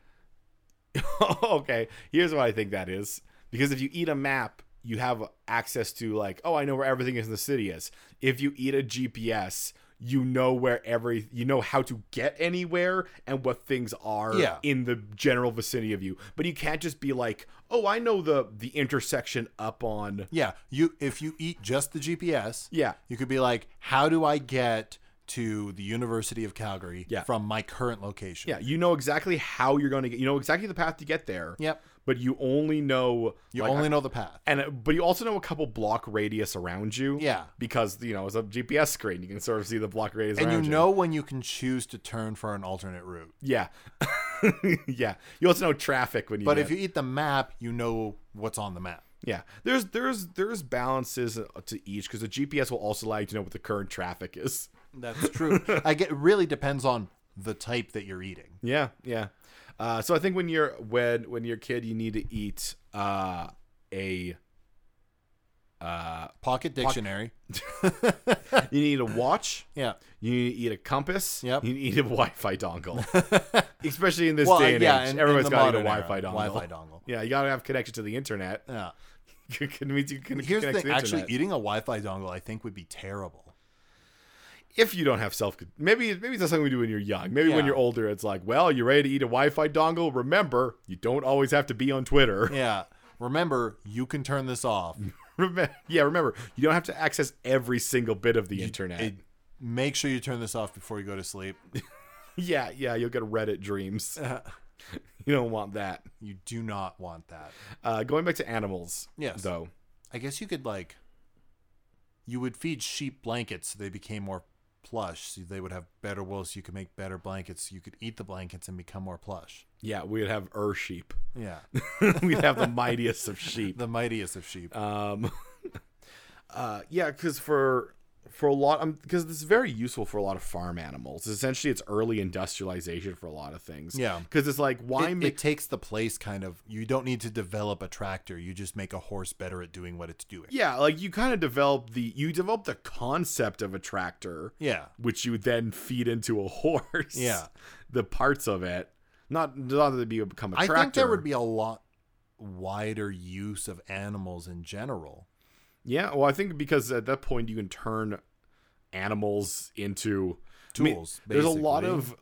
[SPEAKER 1] okay, here's what I think that is because if you eat a map, you have access to like, oh, I know where everything is in the city is. If you eat a GPS, you know where every you know how to get anywhere and what things are
[SPEAKER 2] Yeah.
[SPEAKER 1] in the general vicinity of you. But you can't just be like, oh, I know the the intersection up on
[SPEAKER 2] yeah. You if you eat just the GPS,
[SPEAKER 1] yeah.
[SPEAKER 2] you could be like, how do I get to the University of Calgary
[SPEAKER 1] Yeah.
[SPEAKER 2] from my current location.
[SPEAKER 1] Yeah, you know exactly how you're going to get. You know exactly the path to get there.
[SPEAKER 2] Yep.
[SPEAKER 1] But you only know
[SPEAKER 2] You
[SPEAKER 1] like,
[SPEAKER 2] only know the path.
[SPEAKER 1] and uh, but you also know a couple block radius around you.
[SPEAKER 2] Yeah.
[SPEAKER 1] Because you know it's a GPS screen, you can sort of see the block radius
[SPEAKER 2] And
[SPEAKER 1] around
[SPEAKER 2] you know when you can choose to turn for an alternate route.
[SPEAKER 1] Yeah. yeah. You also know traffic when you.
[SPEAKER 2] But
[SPEAKER 1] do
[SPEAKER 2] if you eat the map, you know what's on the map.
[SPEAKER 1] Yeah, there's there's there's balances uh, to each because the GPS will also allow you to know what the current traffic is.
[SPEAKER 2] That's true. I get it really depends on the type that you're eating.
[SPEAKER 1] Yeah, yeah. Uh, so I think when you're when when you're a kid, you need to eat uh, a uh,
[SPEAKER 2] Pocket dictionary.
[SPEAKER 1] you need a watch.
[SPEAKER 2] yeah.
[SPEAKER 1] You need to eat a compass.
[SPEAKER 2] Yep.
[SPEAKER 1] You need to eat a Wi-Fi dongle, especially in this
[SPEAKER 2] Well,
[SPEAKER 1] day and
[SPEAKER 2] yeah,
[SPEAKER 1] age.
[SPEAKER 2] in- in
[SPEAKER 1] Everyone's
[SPEAKER 2] the
[SPEAKER 1] got to eat a
[SPEAKER 2] modern era,
[SPEAKER 1] Wi-Fi dongle.
[SPEAKER 2] Wi-Fi dongle.
[SPEAKER 1] Yeah, you gotta have connection to the internet.
[SPEAKER 2] Yeah.
[SPEAKER 1] it means you can
[SPEAKER 2] Here's the
[SPEAKER 1] connect
[SPEAKER 2] thing.
[SPEAKER 1] to the
[SPEAKER 2] Actually,
[SPEAKER 1] internet.
[SPEAKER 2] eating a Wi-Fi dongle, I think, would be terrible.
[SPEAKER 1] if you don't have self maybe maybe that's something we do when you're young maybe when
[SPEAKER 2] Yeah.
[SPEAKER 1] you're older it's like well you're ready to eat a wi-fi dongle remember you don't always have to be on twitter
[SPEAKER 2] Yeah. Remember, you can turn this off.
[SPEAKER 1] Remem- yeah remember you don't have to access every single bit of the internet
[SPEAKER 2] It- make sure you turn this off before you go to sleep.
[SPEAKER 1] yeah yeah you'll get reddit dreams
[SPEAKER 2] Uh-huh.
[SPEAKER 1] you don't want that
[SPEAKER 2] You do not want that.
[SPEAKER 1] uh, going back to animals
[SPEAKER 2] Yes.
[SPEAKER 1] though
[SPEAKER 2] I guess you could like you would feed sheep blankets so they became more plush. So they would have better wool so you could make better blankets. You could eat the blankets and become more plush.
[SPEAKER 1] yeah we'd have ur sheep
[SPEAKER 2] Yeah.
[SPEAKER 1] we'd have the mightiest of sheep
[SPEAKER 2] the mightiest of sheep.
[SPEAKER 1] Um, uh, yeah, because for for a lot, because this is very useful for a lot of farm animals. Essentially, it's early industrialization for a lot of things.
[SPEAKER 2] Yeah.
[SPEAKER 1] because it's like why
[SPEAKER 2] it,
[SPEAKER 1] make
[SPEAKER 2] it takes the place kind of you don't need to develop a tractor. You just make a horse better at doing what it's doing.
[SPEAKER 1] yeah, like you kind of develop the you develop the concept of a tractor,
[SPEAKER 2] Yeah.
[SPEAKER 1] which you then feed into a horse.
[SPEAKER 2] Yeah.
[SPEAKER 1] the parts of it. Not not that you become a
[SPEAKER 2] I
[SPEAKER 1] tractor.
[SPEAKER 2] think there would be a lot wider use of animals in general.
[SPEAKER 1] Yeah, well, I think because at that point you can turn animals into I mean,
[SPEAKER 2] Tools,
[SPEAKER 1] there's a lot
[SPEAKER 2] basically.
[SPEAKER 1] of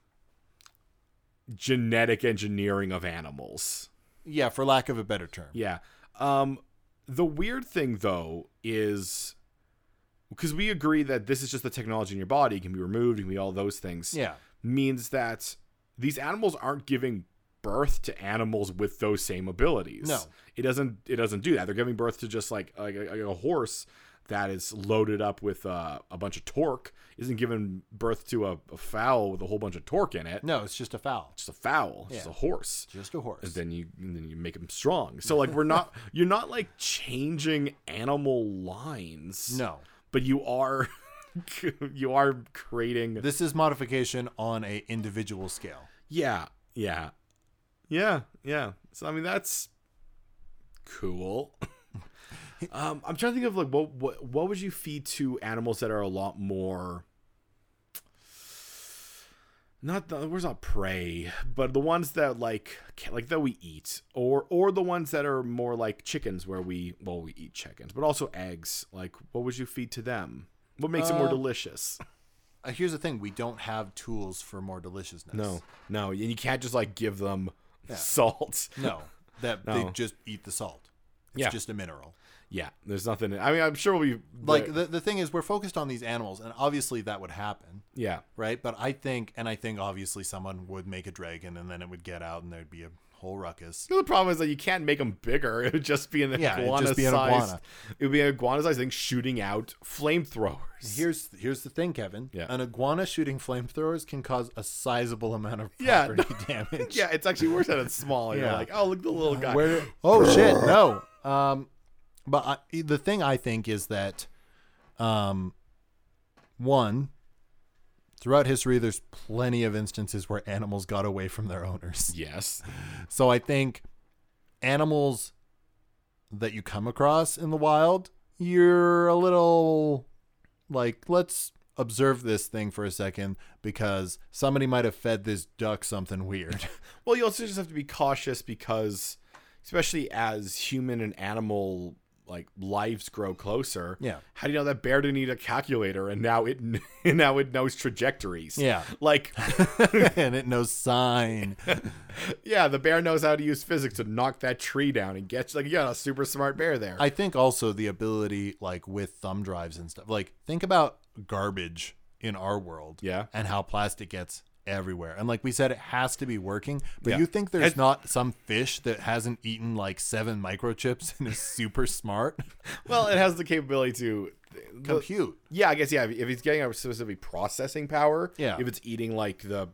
[SPEAKER 1] genetic engineering of animals.
[SPEAKER 2] Yeah, for lack of a better term.
[SPEAKER 1] Yeah. Um, the weird thing though is because we agree that this is just the technology in your body it can be removed, it can be all those things.
[SPEAKER 2] Yeah.
[SPEAKER 1] Means that these animals aren't giving birth to animals with those same abilities.
[SPEAKER 2] No.
[SPEAKER 1] It doesn't it doesn't do that. They're giving birth to just like like a, like a horse that is loaded up with uh, a bunch of torque isn't giving birth to a, a fowl with a whole bunch of torque in it.
[SPEAKER 2] No, it's just a foul.
[SPEAKER 1] It's just a fowl. It's just
[SPEAKER 2] Yeah.
[SPEAKER 1] a horse
[SPEAKER 2] Just a horse.
[SPEAKER 1] then you and then you make them strong. So like we're not you're not like changing animal lines.
[SPEAKER 2] No.
[SPEAKER 1] but you are you are creating
[SPEAKER 2] This is modification on a individual scale.
[SPEAKER 1] Yeah. Yeah. Yeah. Yeah. So I mean that's cool. um I'm trying to think of like what what what would you feed to animals that are a lot more not the where's not prey, but the ones that like ca- like that we eat, or or the ones that are more like chickens, where we well we eat chickens, but also eggs. Like, what would you feed to them? What makes it more
[SPEAKER 2] Uh,
[SPEAKER 1] delicious?
[SPEAKER 2] Uh, here's the thing: we don't have tools for more deliciousness.
[SPEAKER 1] No, no, and you can't just like give them salt.
[SPEAKER 2] no, that
[SPEAKER 1] No.
[SPEAKER 2] they just eat the salt. It's
[SPEAKER 1] Yeah.
[SPEAKER 2] just a mineral.
[SPEAKER 1] Yeah, there's nothing. I mean, I'm sure we
[SPEAKER 2] Like the the thing is, we're focused on these animals, and obviously that would happen,
[SPEAKER 1] yeah,
[SPEAKER 2] right? But I think, and I think obviously someone would make a dragon, and then it would get out, and there'd be a whole ruckus.
[SPEAKER 1] The other problem is that you can't make them bigger. It would just be an
[SPEAKER 2] Yeah, it'd
[SPEAKER 1] iguana
[SPEAKER 2] just be an
[SPEAKER 1] sized.
[SPEAKER 2] iguana.
[SPEAKER 1] It would be an iguana sized thing shooting out flamethrowers.
[SPEAKER 2] Here's here's the thing, Kevin.
[SPEAKER 1] Yeah.
[SPEAKER 2] An iguana shooting flamethrowers can cause a sizable amount of
[SPEAKER 1] Yeah.
[SPEAKER 2] property damage.
[SPEAKER 1] Yeah, it's actually worse that it's small. You're
[SPEAKER 2] Yeah.
[SPEAKER 1] like, oh, look at the little guy.
[SPEAKER 2] Where? Oh shit! No. Um, but I, the thing I think is that, um, one. Throughout history, there's plenty of instances where animals got away from their owners.
[SPEAKER 1] yes.
[SPEAKER 2] So I think animals that you come across in the wild, you're a little like, let's observe this thing for a second because somebody might have fed this duck something weird.
[SPEAKER 1] Well, you also just have to be cautious because, especially as human and animal like lives grow closer.
[SPEAKER 2] Yeah.
[SPEAKER 1] How do you know that bear didn't need a calculator and now it and now it knows trajectories?
[SPEAKER 2] Yeah.
[SPEAKER 1] Like,
[SPEAKER 2] and it knows sign.
[SPEAKER 1] yeah, the bear knows how to use physics to knock that tree down and get like you got a super smart bear there.
[SPEAKER 2] I think also the ability, like with thumb drives and stuff, like think about garbage in our world.
[SPEAKER 1] Yeah.
[SPEAKER 2] And how plastic gets everywhere. And like we said, it has to be working. But
[SPEAKER 1] Yeah.
[SPEAKER 2] you think there's
[SPEAKER 1] And-
[SPEAKER 2] not some fish that hasn't eaten like seven microchips and is super smart?
[SPEAKER 1] Well, it has the capability to the-
[SPEAKER 2] Compute.
[SPEAKER 1] Yeah, I guess yeah. If if it's getting a specific processing power,
[SPEAKER 2] Yeah.
[SPEAKER 1] If it's eating like the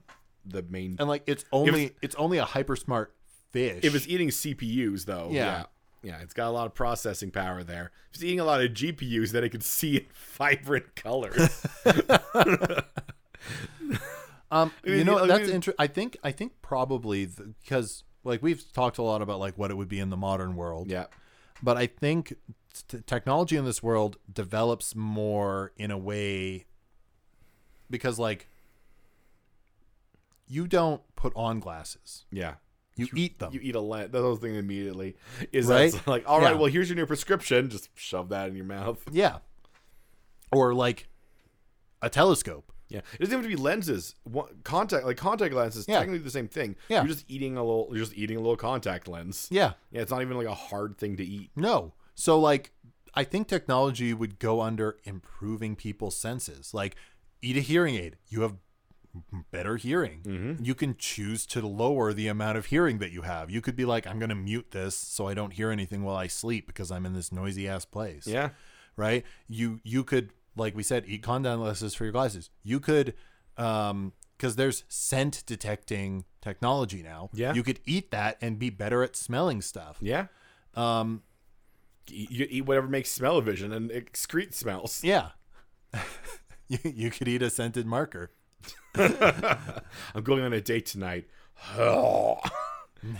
[SPEAKER 1] the main,
[SPEAKER 2] And like it's only it's, only a hyper smart fish.
[SPEAKER 1] if it's eating CPUs though,
[SPEAKER 2] Yeah.
[SPEAKER 1] yeah. yeah, it's got a lot of processing power there. If it's eating a lot of GPUs, then it can see in vibrant colors.
[SPEAKER 2] Um,
[SPEAKER 1] mean,
[SPEAKER 2] you know
[SPEAKER 1] I
[SPEAKER 2] that's
[SPEAKER 1] mean-
[SPEAKER 2] interesting. I think I think probably the, because like we've talked a lot about like what it would be in the modern world.
[SPEAKER 1] yeah,
[SPEAKER 2] But I think t- technology in this world develops more in a way because like you don't put on glasses.
[SPEAKER 1] yeah.
[SPEAKER 2] You, eat them.
[SPEAKER 1] You eat a lens. The whole thing immediately is
[SPEAKER 2] Um, Right?
[SPEAKER 1] that's like, all right,
[SPEAKER 2] Yeah.
[SPEAKER 1] well, here's your new prescription. Just shove that in your mouth.
[SPEAKER 2] yeah. Or like a telescope.
[SPEAKER 1] Yeah, it doesn't have to be lenses. One- Contact like contact lenses,
[SPEAKER 2] Yeah.
[SPEAKER 1] technically the same thing.
[SPEAKER 2] Yeah.
[SPEAKER 1] you're just eating a little. You're just eating a little contact lens.
[SPEAKER 2] Yeah.
[SPEAKER 1] yeah it's not even like a hard thing to eat.
[SPEAKER 2] No. So like I think technology would go under improving people's senses. Like eat a hearing aid. You have better hearing.
[SPEAKER 1] Mm-hmm.
[SPEAKER 2] You can choose to lower the amount of hearing that you have. You could be like I'm going to mute this so I don't hear anything while I sleep because I'm in this noisy ass place.
[SPEAKER 1] Yeah.
[SPEAKER 2] Right? You you could like we said eat contact lenses for your glasses. You could um because there's scent detecting technology now.
[SPEAKER 1] Yeah.
[SPEAKER 2] You could eat that and be better at smelling stuff.
[SPEAKER 1] Yeah.
[SPEAKER 2] Um
[SPEAKER 1] Y- You eat whatever makes smell of vision and excrete smells.
[SPEAKER 2] Yeah. you, you could eat a scented marker.
[SPEAKER 1] I'm going on a date tonight. now,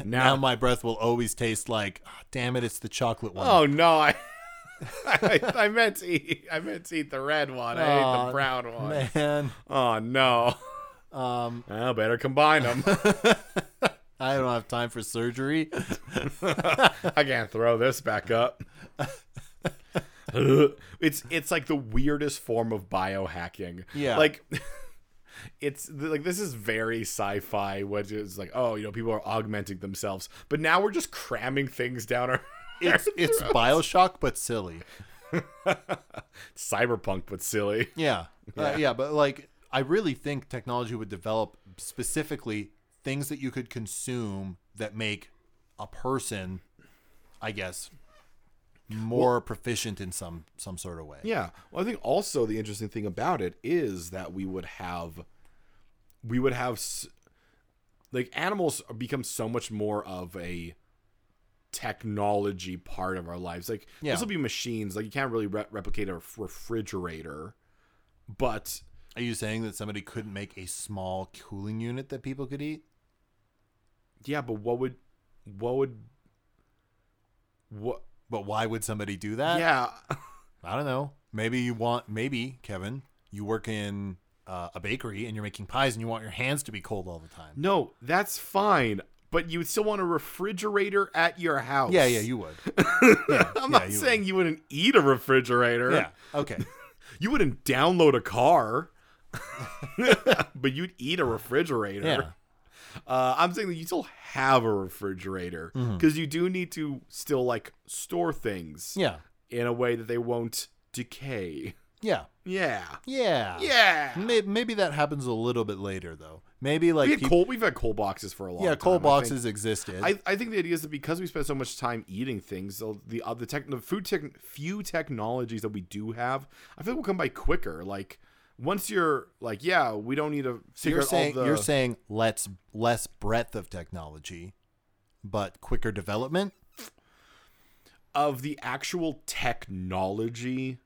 [SPEAKER 2] Now my breath will always taste like, "Ah, damn it, it's the chocolate one.
[SPEAKER 1] oh no, I, I, I meant to eat. I meant to eat the red one. I ate
[SPEAKER 2] Aw,
[SPEAKER 1] the brown one.
[SPEAKER 2] Man,
[SPEAKER 1] Oh no.
[SPEAKER 2] um,
[SPEAKER 1] I better combine them.
[SPEAKER 2] I don't have time for surgery.
[SPEAKER 1] I can't throw this back up. it's it's like the weirdest form of biohacking.
[SPEAKER 2] Yeah.
[SPEAKER 1] Like it's like this is very sci-fi what it's like oh you know people are augmenting themselves but now we're just cramming things down our
[SPEAKER 2] It's it's Bioshock, but silly.
[SPEAKER 1] cyberpunk but silly.
[SPEAKER 2] Yeah, yeah. Uh, yeah, but like, I really think technology would develop specifically things that you could consume that make a person, I guess, more proficient in some some sort of way.
[SPEAKER 1] Yeah. Well, I think also the interesting thing about it is that we would have, we would have, s- like animals become so much more of a technology part of our lives. Like
[SPEAKER 2] Yeah.
[SPEAKER 1] this will be machines. Like you can't really re- replicate a f- refrigerator, but
[SPEAKER 2] Are you saying that somebody couldn't make a small cooling unit that people could eat?
[SPEAKER 1] yeah. But what would, what would, what?
[SPEAKER 2] But why would somebody do that?
[SPEAKER 1] Yeah.
[SPEAKER 2] I don't know. Maybe you want, maybe, Kevin, you work in uh, a bakery and you're making pies and you want your hands to be cold all the time.
[SPEAKER 1] No, that's fine. But you would still want a refrigerator at your house.
[SPEAKER 2] Yeah, yeah, you would.
[SPEAKER 1] I'm
[SPEAKER 2] yeah,
[SPEAKER 1] not
[SPEAKER 2] you
[SPEAKER 1] saying you wouldn't eat a refrigerator.
[SPEAKER 2] Yeah. Okay.
[SPEAKER 1] You wouldn't download a car, but you'd eat a refrigerator.
[SPEAKER 2] Yeah.
[SPEAKER 1] Uh, I'm saying that you still have a refrigerator
[SPEAKER 2] Mm-hmm.
[SPEAKER 1] because you do need to still like store things
[SPEAKER 2] Yeah.
[SPEAKER 1] in a way that they won't decay.
[SPEAKER 2] Yeah.
[SPEAKER 1] Yeah.
[SPEAKER 2] Yeah.
[SPEAKER 1] Yeah.
[SPEAKER 2] May- Maybe, that happens a little bit later, though. Maybe like
[SPEAKER 1] We had
[SPEAKER 2] peop-
[SPEAKER 1] coal, we've had coal boxes for a long time.
[SPEAKER 2] yeah, cold
[SPEAKER 1] I think.
[SPEAKER 2] boxes existed.
[SPEAKER 1] I, I think the idea is that because we spend so much time eating things, the the, uh, the, tech, the food tech, few technologies that we do have, I feel will come by quicker. Like once you're like, yeah, we don't need to
[SPEAKER 2] so
[SPEAKER 1] figure
[SPEAKER 2] you're
[SPEAKER 1] out
[SPEAKER 2] saying
[SPEAKER 1] all the.
[SPEAKER 2] you're saying less less breadth of technology, but quicker development.
[SPEAKER 1] of the actual technology,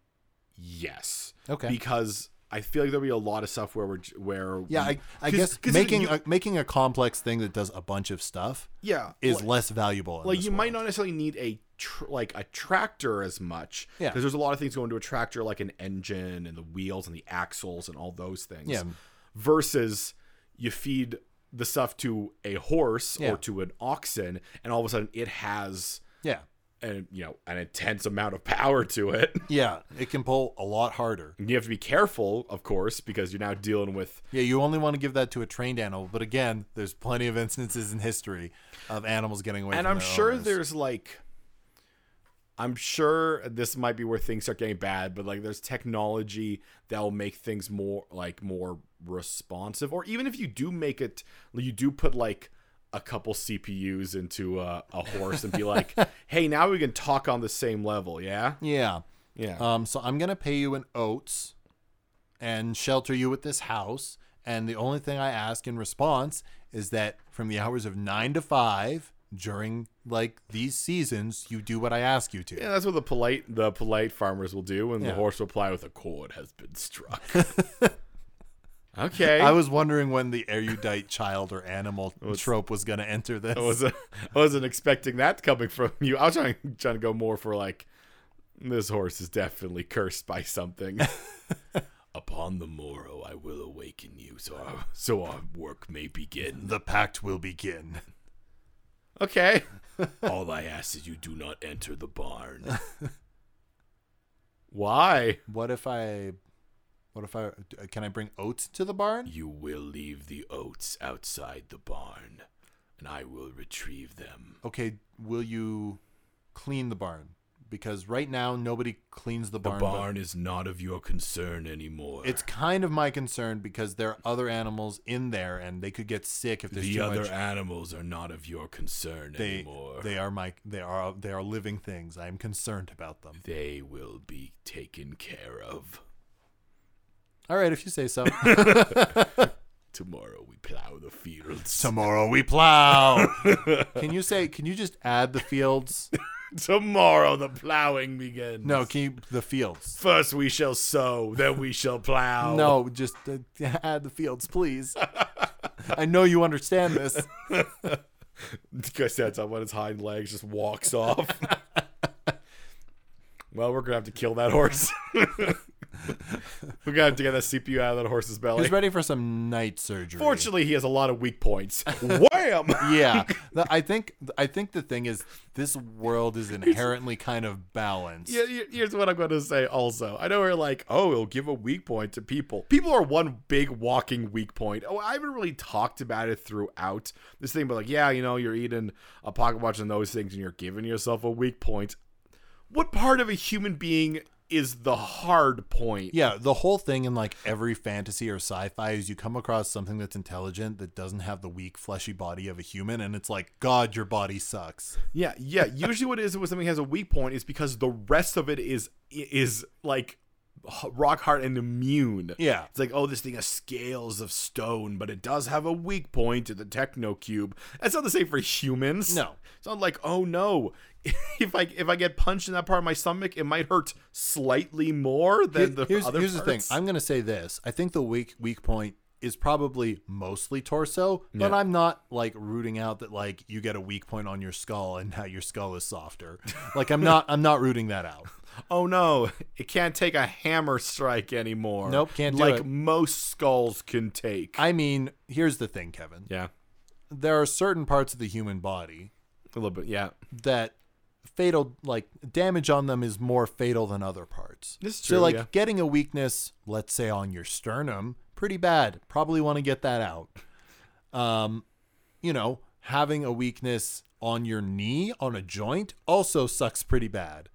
[SPEAKER 1] yes.
[SPEAKER 2] Okay.
[SPEAKER 1] Because I feel like there'll be a lot of stuff where we're where
[SPEAKER 2] Yeah,
[SPEAKER 1] we-
[SPEAKER 2] I,
[SPEAKER 1] Mm.
[SPEAKER 2] I
[SPEAKER 1] 'cause-
[SPEAKER 2] guess
[SPEAKER 1] 'cause
[SPEAKER 2] making
[SPEAKER 1] you-
[SPEAKER 2] a, making a complex thing that does a bunch of stuff
[SPEAKER 1] yeah
[SPEAKER 2] is
[SPEAKER 1] like-
[SPEAKER 2] less valuable. In
[SPEAKER 1] like
[SPEAKER 2] this
[SPEAKER 1] you
[SPEAKER 2] world.
[SPEAKER 1] might not necessarily need a tr- like a tractor as much
[SPEAKER 2] Yeah.
[SPEAKER 1] because there's a lot of things going to a tractor like an engine and the wheels and the axles and all those things
[SPEAKER 2] Yeah.
[SPEAKER 1] versus you feed the stuff to a horse
[SPEAKER 2] Yeah.
[SPEAKER 1] or to an oxen and all of a sudden it has
[SPEAKER 2] Yeah,
[SPEAKER 1] an you know an intense amount of power to it
[SPEAKER 2] yeah, it can pull a lot harder.
[SPEAKER 1] you have to be careful of course because you're now dealing with
[SPEAKER 2] Yeah, you only want to give that to a trained animal, but again, there's plenty of instances in history of animals getting away.
[SPEAKER 1] and
[SPEAKER 2] from
[SPEAKER 1] i'm
[SPEAKER 2] their
[SPEAKER 1] sure
[SPEAKER 2] owners.
[SPEAKER 1] there's like I'm sure this might be where things start getting bad, but like there's technology that'll make things more like more responsive. Or even if you do make it, you do put like a couple CPUs into a, a horse and be like, hey, now we can talk on the same level. Yeah. Uh,
[SPEAKER 2] Yeah.
[SPEAKER 1] Yeah.
[SPEAKER 2] Um, so I'm gonna pay you in oats and shelter you at this house. And the only thing I ask in response is that from the hours of nine to five during like these seasons, you do what I ask you to.
[SPEAKER 1] yeah. That's what the polite, the polite farmers will do. And
[SPEAKER 2] Yeah.
[SPEAKER 1] the horse will reply with a chord has been struck. okay.
[SPEAKER 2] I was wondering when the erudite child or animal trope was gonna enter this.
[SPEAKER 1] I wasn't I wasn't expecting that coming from you. I was trying trying to go more for like this horse is definitely cursed by something. Upon the morrow, I will awaken you, so our, so our work may begin.
[SPEAKER 2] the pact will begin.
[SPEAKER 1] Okay,
[SPEAKER 3] All I ask is you do not enter the barn.
[SPEAKER 1] why?
[SPEAKER 2] What if I? What if I? Can I bring oats to the barn?
[SPEAKER 3] You will leave the oats outside the barn, and I will retrieve them.
[SPEAKER 2] Okay. Will you clean the barn? Because right now nobody cleans the
[SPEAKER 3] The
[SPEAKER 2] barn.
[SPEAKER 3] barn,
[SPEAKER 2] but-
[SPEAKER 3] is not of your concern anymore.
[SPEAKER 2] It's kind of my concern because there are other animals in there, and they could get sick if there's
[SPEAKER 3] the
[SPEAKER 2] too
[SPEAKER 3] other
[SPEAKER 2] much.
[SPEAKER 3] animals are not of your concern
[SPEAKER 2] They
[SPEAKER 3] anymore.
[SPEAKER 2] they are my they are they are living things. I am concerned about them.
[SPEAKER 3] They will be taken care of.
[SPEAKER 2] All right, if you say so.
[SPEAKER 3] Tomorrow we plow the fields.
[SPEAKER 2] Tomorrow we plow. can you say? Can you just add the fields?
[SPEAKER 1] Tomorrow the plowing begins.
[SPEAKER 2] No, can you the fields?
[SPEAKER 1] First we shall sow, then we shall plow.
[SPEAKER 2] No, just uh, add the fields, please. I know you understand this.
[SPEAKER 1] Guy stands up on his hind legs, just walks off. well, we're gonna have to kill that horse. we're gonna have to get that CPU out of that horse's belly.
[SPEAKER 2] He's ready for some night surgery.
[SPEAKER 1] Fortunately, he has a lot of weak points. Wham!
[SPEAKER 2] yeah, The- I think I think the thing is this world is inherently kind of balanced.
[SPEAKER 1] Yeah, here- Here's what I'm going to say also. I know we're like, oh, it'll give a weak point to people. People are one big walking weak point. Oh, I haven't really talked about it throughout this thing, but like, yeah, you know, you're eating a pocket watch and those things and you're giving yourself a weak point. What part of a human being is the hard point?
[SPEAKER 2] Yeah, the whole thing in like every fantasy or sci-fi is you come across something that's intelligent that doesn't have the weak fleshy body of a human and it's like god your body sucks.
[SPEAKER 1] Yeah, yeah. Usually, what it is when something has a weak point is because the rest of it is is like h- rock hard and immune.
[SPEAKER 2] Yeah.
[SPEAKER 1] it's like oh, this thing has scales of stone, but it does have a weak point to the techno cube. That's not the same for humans.
[SPEAKER 2] No.
[SPEAKER 1] so I'm like, oh no, if I if I get punched in that part of my stomach, it might hurt slightly more than the
[SPEAKER 2] here's
[SPEAKER 1] other.
[SPEAKER 2] here's the thing.
[SPEAKER 1] parts.
[SPEAKER 2] I'm going to say this. I think the weak weak point is probably mostly torso, but I'm not like rooting out that like you get a weak point on your skull and now your skull is softer. Like I'm not I'm not rooting that out.
[SPEAKER 1] oh no, it can't take a hammer strike anymore.
[SPEAKER 2] Nope, can't do
[SPEAKER 1] like
[SPEAKER 2] it.
[SPEAKER 1] most skulls can take.
[SPEAKER 2] I mean, here's the thing, Kevin.
[SPEAKER 1] yeah,
[SPEAKER 2] There are certain parts of the human body
[SPEAKER 1] a little bit. Yeah.
[SPEAKER 2] that fatal like damage on them is more fatal than other parts.
[SPEAKER 1] This is
[SPEAKER 2] So
[SPEAKER 1] true,
[SPEAKER 2] like
[SPEAKER 1] yeah.
[SPEAKER 2] getting a weakness, let's say on your sternum, pretty bad. Probably want to get that out. Um, you know, having a weakness on your knee on a joint also sucks pretty bad.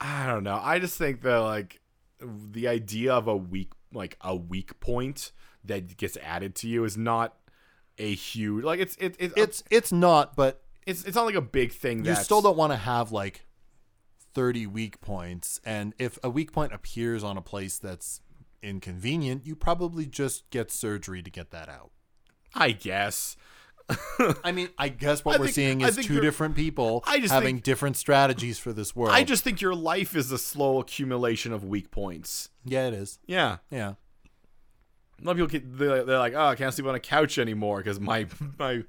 [SPEAKER 1] I don't know. I just think that like the idea of a weak like a weak point that gets added to you is not a huge like it's it, it, it's
[SPEAKER 2] It's it's not, but
[SPEAKER 1] it's it's not like a big thing
[SPEAKER 2] you
[SPEAKER 1] that
[SPEAKER 2] still don't want to have like 30 weak points and if a weak point appears on a place that's inconvenient, you probably just get surgery to get that out.
[SPEAKER 1] I guess.
[SPEAKER 2] I mean, I guess what
[SPEAKER 1] I
[SPEAKER 2] we're
[SPEAKER 1] think-
[SPEAKER 2] seeing
[SPEAKER 1] I
[SPEAKER 2] is
[SPEAKER 1] think
[SPEAKER 2] two
[SPEAKER 1] you're-
[SPEAKER 2] different people
[SPEAKER 1] I just
[SPEAKER 2] having
[SPEAKER 1] think-
[SPEAKER 2] different strategies for this world.
[SPEAKER 1] I just think your life is a slow accumulation of weak points.
[SPEAKER 2] yeah, it is.
[SPEAKER 1] Yeah,
[SPEAKER 2] Yeah,
[SPEAKER 1] a lot of people get, they're, they're like, oh, I can't sleep on a couch anymore because my my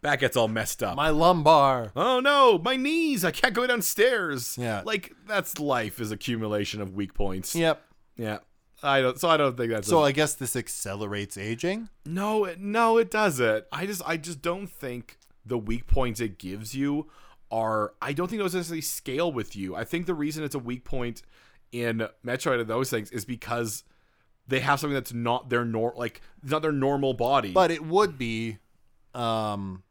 [SPEAKER 1] back gets all messed up.
[SPEAKER 2] my lumbar.
[SPEAKER 1] oh no, my knees! I can't go downstairs.
[SPEAKER 2] Yeah.
[SPEAKER 1] like that's life is accumulation of weak points.
[SPEAKER 2] Yep.
[SPEAKER 1] Yeah. I don't so I don't think that's
[SPEAKER 2] So
[SPEAKER 1] a-
[SPEAKER 2] I guess this accelerates aging.
[SPEAKER 1] No, it, no it doesn't. I just I just don't think the weak points it gives you are I don't think those necessarily scale with you. I think the reason it's a weak point in Metroid and those things is because they have something that's not their nor like it's not their normal body.
[SPEAKER 2] But it would be, um,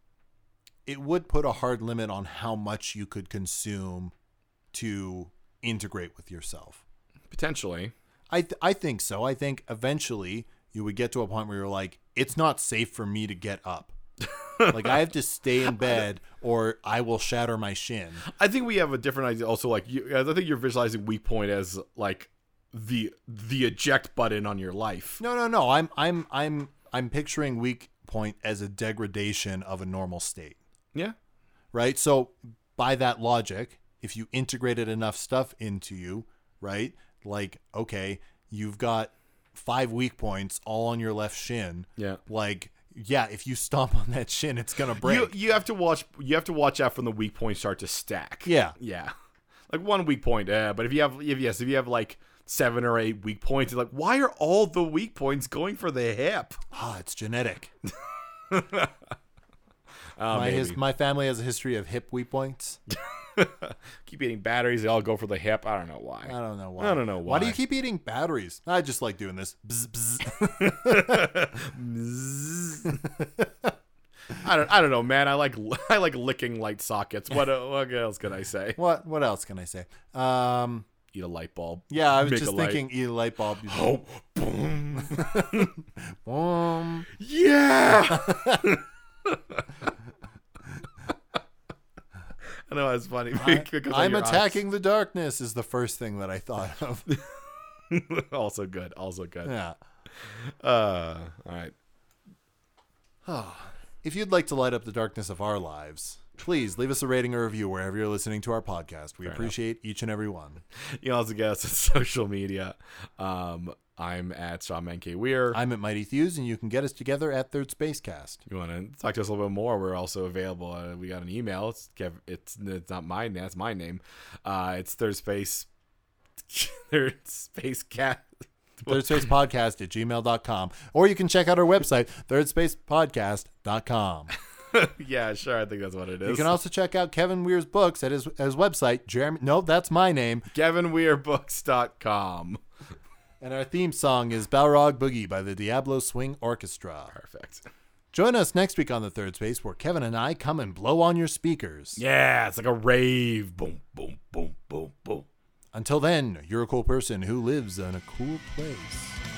[SPEAKER 2] it would put a hard limit on how much you could consume to integrate with yourself.
[SPEAKER 1] Potentially.
[SPEAKER 2] I th- I think so. I think eventually you would get to a point where you're like, it's not safe for me to get up. like I have to stay in bed, or I will shatter my shin.
[SPEAKER 1] I think we have a different idea. Also, like you, I think you're visualizing weak point as like the the eject button on your life.
[SPEAKER 2] No, no, no. I'm I'm I'm I'm picturing weak point as a degradation of a normal state,
[SPEAKER 1] Yeah.
[SPEAKER 2] right? So by that logic, if you integrated enough stuff into you, right? Like okay, you've got five weak points all on your left shin.
[SPEAKER 1] Yeah.
[SPEAKER 2] Like yeah, if you stomp on that shin, it's gonna break.
[SPEAKER 1] You you have to watch you have to watch out when the weak points start to stack.
[SPEAKER 2] yeah.
[SPEAKER 1] Yeah. Like one weak point, eh, but if you have if yes, if you have like seven or eight weak points, it's like why are all the weak points going for the hip?
[SPEAKER 2] Ah, it's genetic.
[SPEAKER 1] Oh,
[SPEAKER 2] my, his, my family has a history of hip weak points.
[SPEAKER 1] Keep eating batteries, they all go for the hip. I don't know why.
[SPEAKER 2] I don't know why.
[SPEAKER 1] I don't know
[SPEAKER 2] Why do you
[SPEAKER 1] why.
[SPEAKER 2] keep eating batteries? I just like doing this. Bzz, bzz.
[SPEAKER 1] I don't I don't know, man. I like I like licking light sockets. What uh, what else can I say?
[SPEAKER 2] what what else can I say? Um,
[SPEAKER 1] Eat a light bulb.
[SPEAKER 2] yeah, I was
[SPEAKER 1] Make a
[SPEAKER 2] just
[SPEAKER 1] light.
[SPEAKER 2] thinking eat a light bulb.
[SPEAKER 1] Oh, boom.
[SPEAKER 2] Um,
[SPEAKER 1] Yeah. I know it's funny. because of
[SPEAKER 2] I'm
[SPEAKER 1] your eyes.
[SPEAKER 2] attacking the darkness is the first thing that I thought of.
[SPEAKER 1] also good. Also good.
[SPEAKER 2] yeah.
[SPEAKER 1] Uh, all right.
[SPEAKER 2] If you'd like to light up the darkness of our lives, please leave us a rating or review wherever you're listening to our podcast. We appreciate each and every one.
[SPEAKER 1] You can also get us on social media. Um, I'm at Sean Menke Weir.
[SPEAKER 2] I'm at Mighty Thews, and you can get us together at Third Spacecast.
[SPEAKER 1] you want to talk to us a little bit more? We're also available. Uh, we got an email. It's Kev, it's it's not mine. That's my name. Uh, it's third space. Third space cat.
[SPEAKER 2] Third Space Podcast at gmail.com. Or you can check out our website, thirdspacepodcast.com.
[SPEAKER 1] yeah, sure. I think that's what it is.
[SPEAKER 2] You can also check out Kevin Weir's books at his, at his website, Jeremy. No, that's my name.
[SPEAKER 1] KevinWeirBooks.com.
[SPEAKER 2] And our theme song is Balrog Boogie by the Diablo Swing Orchestra.
[SPEAKER 1] Perfect.
[SPEAKER 2] Join us next week on the Third Space where Kevin and I come and blow on your speakers.
[SPEAKER 1] Yeah, it's like a rave. Boom, boom.
[SPEAKER 3] boom, boom, boom.
[SPEAKER 2] Until then, you're a cool person who lives in a cool place.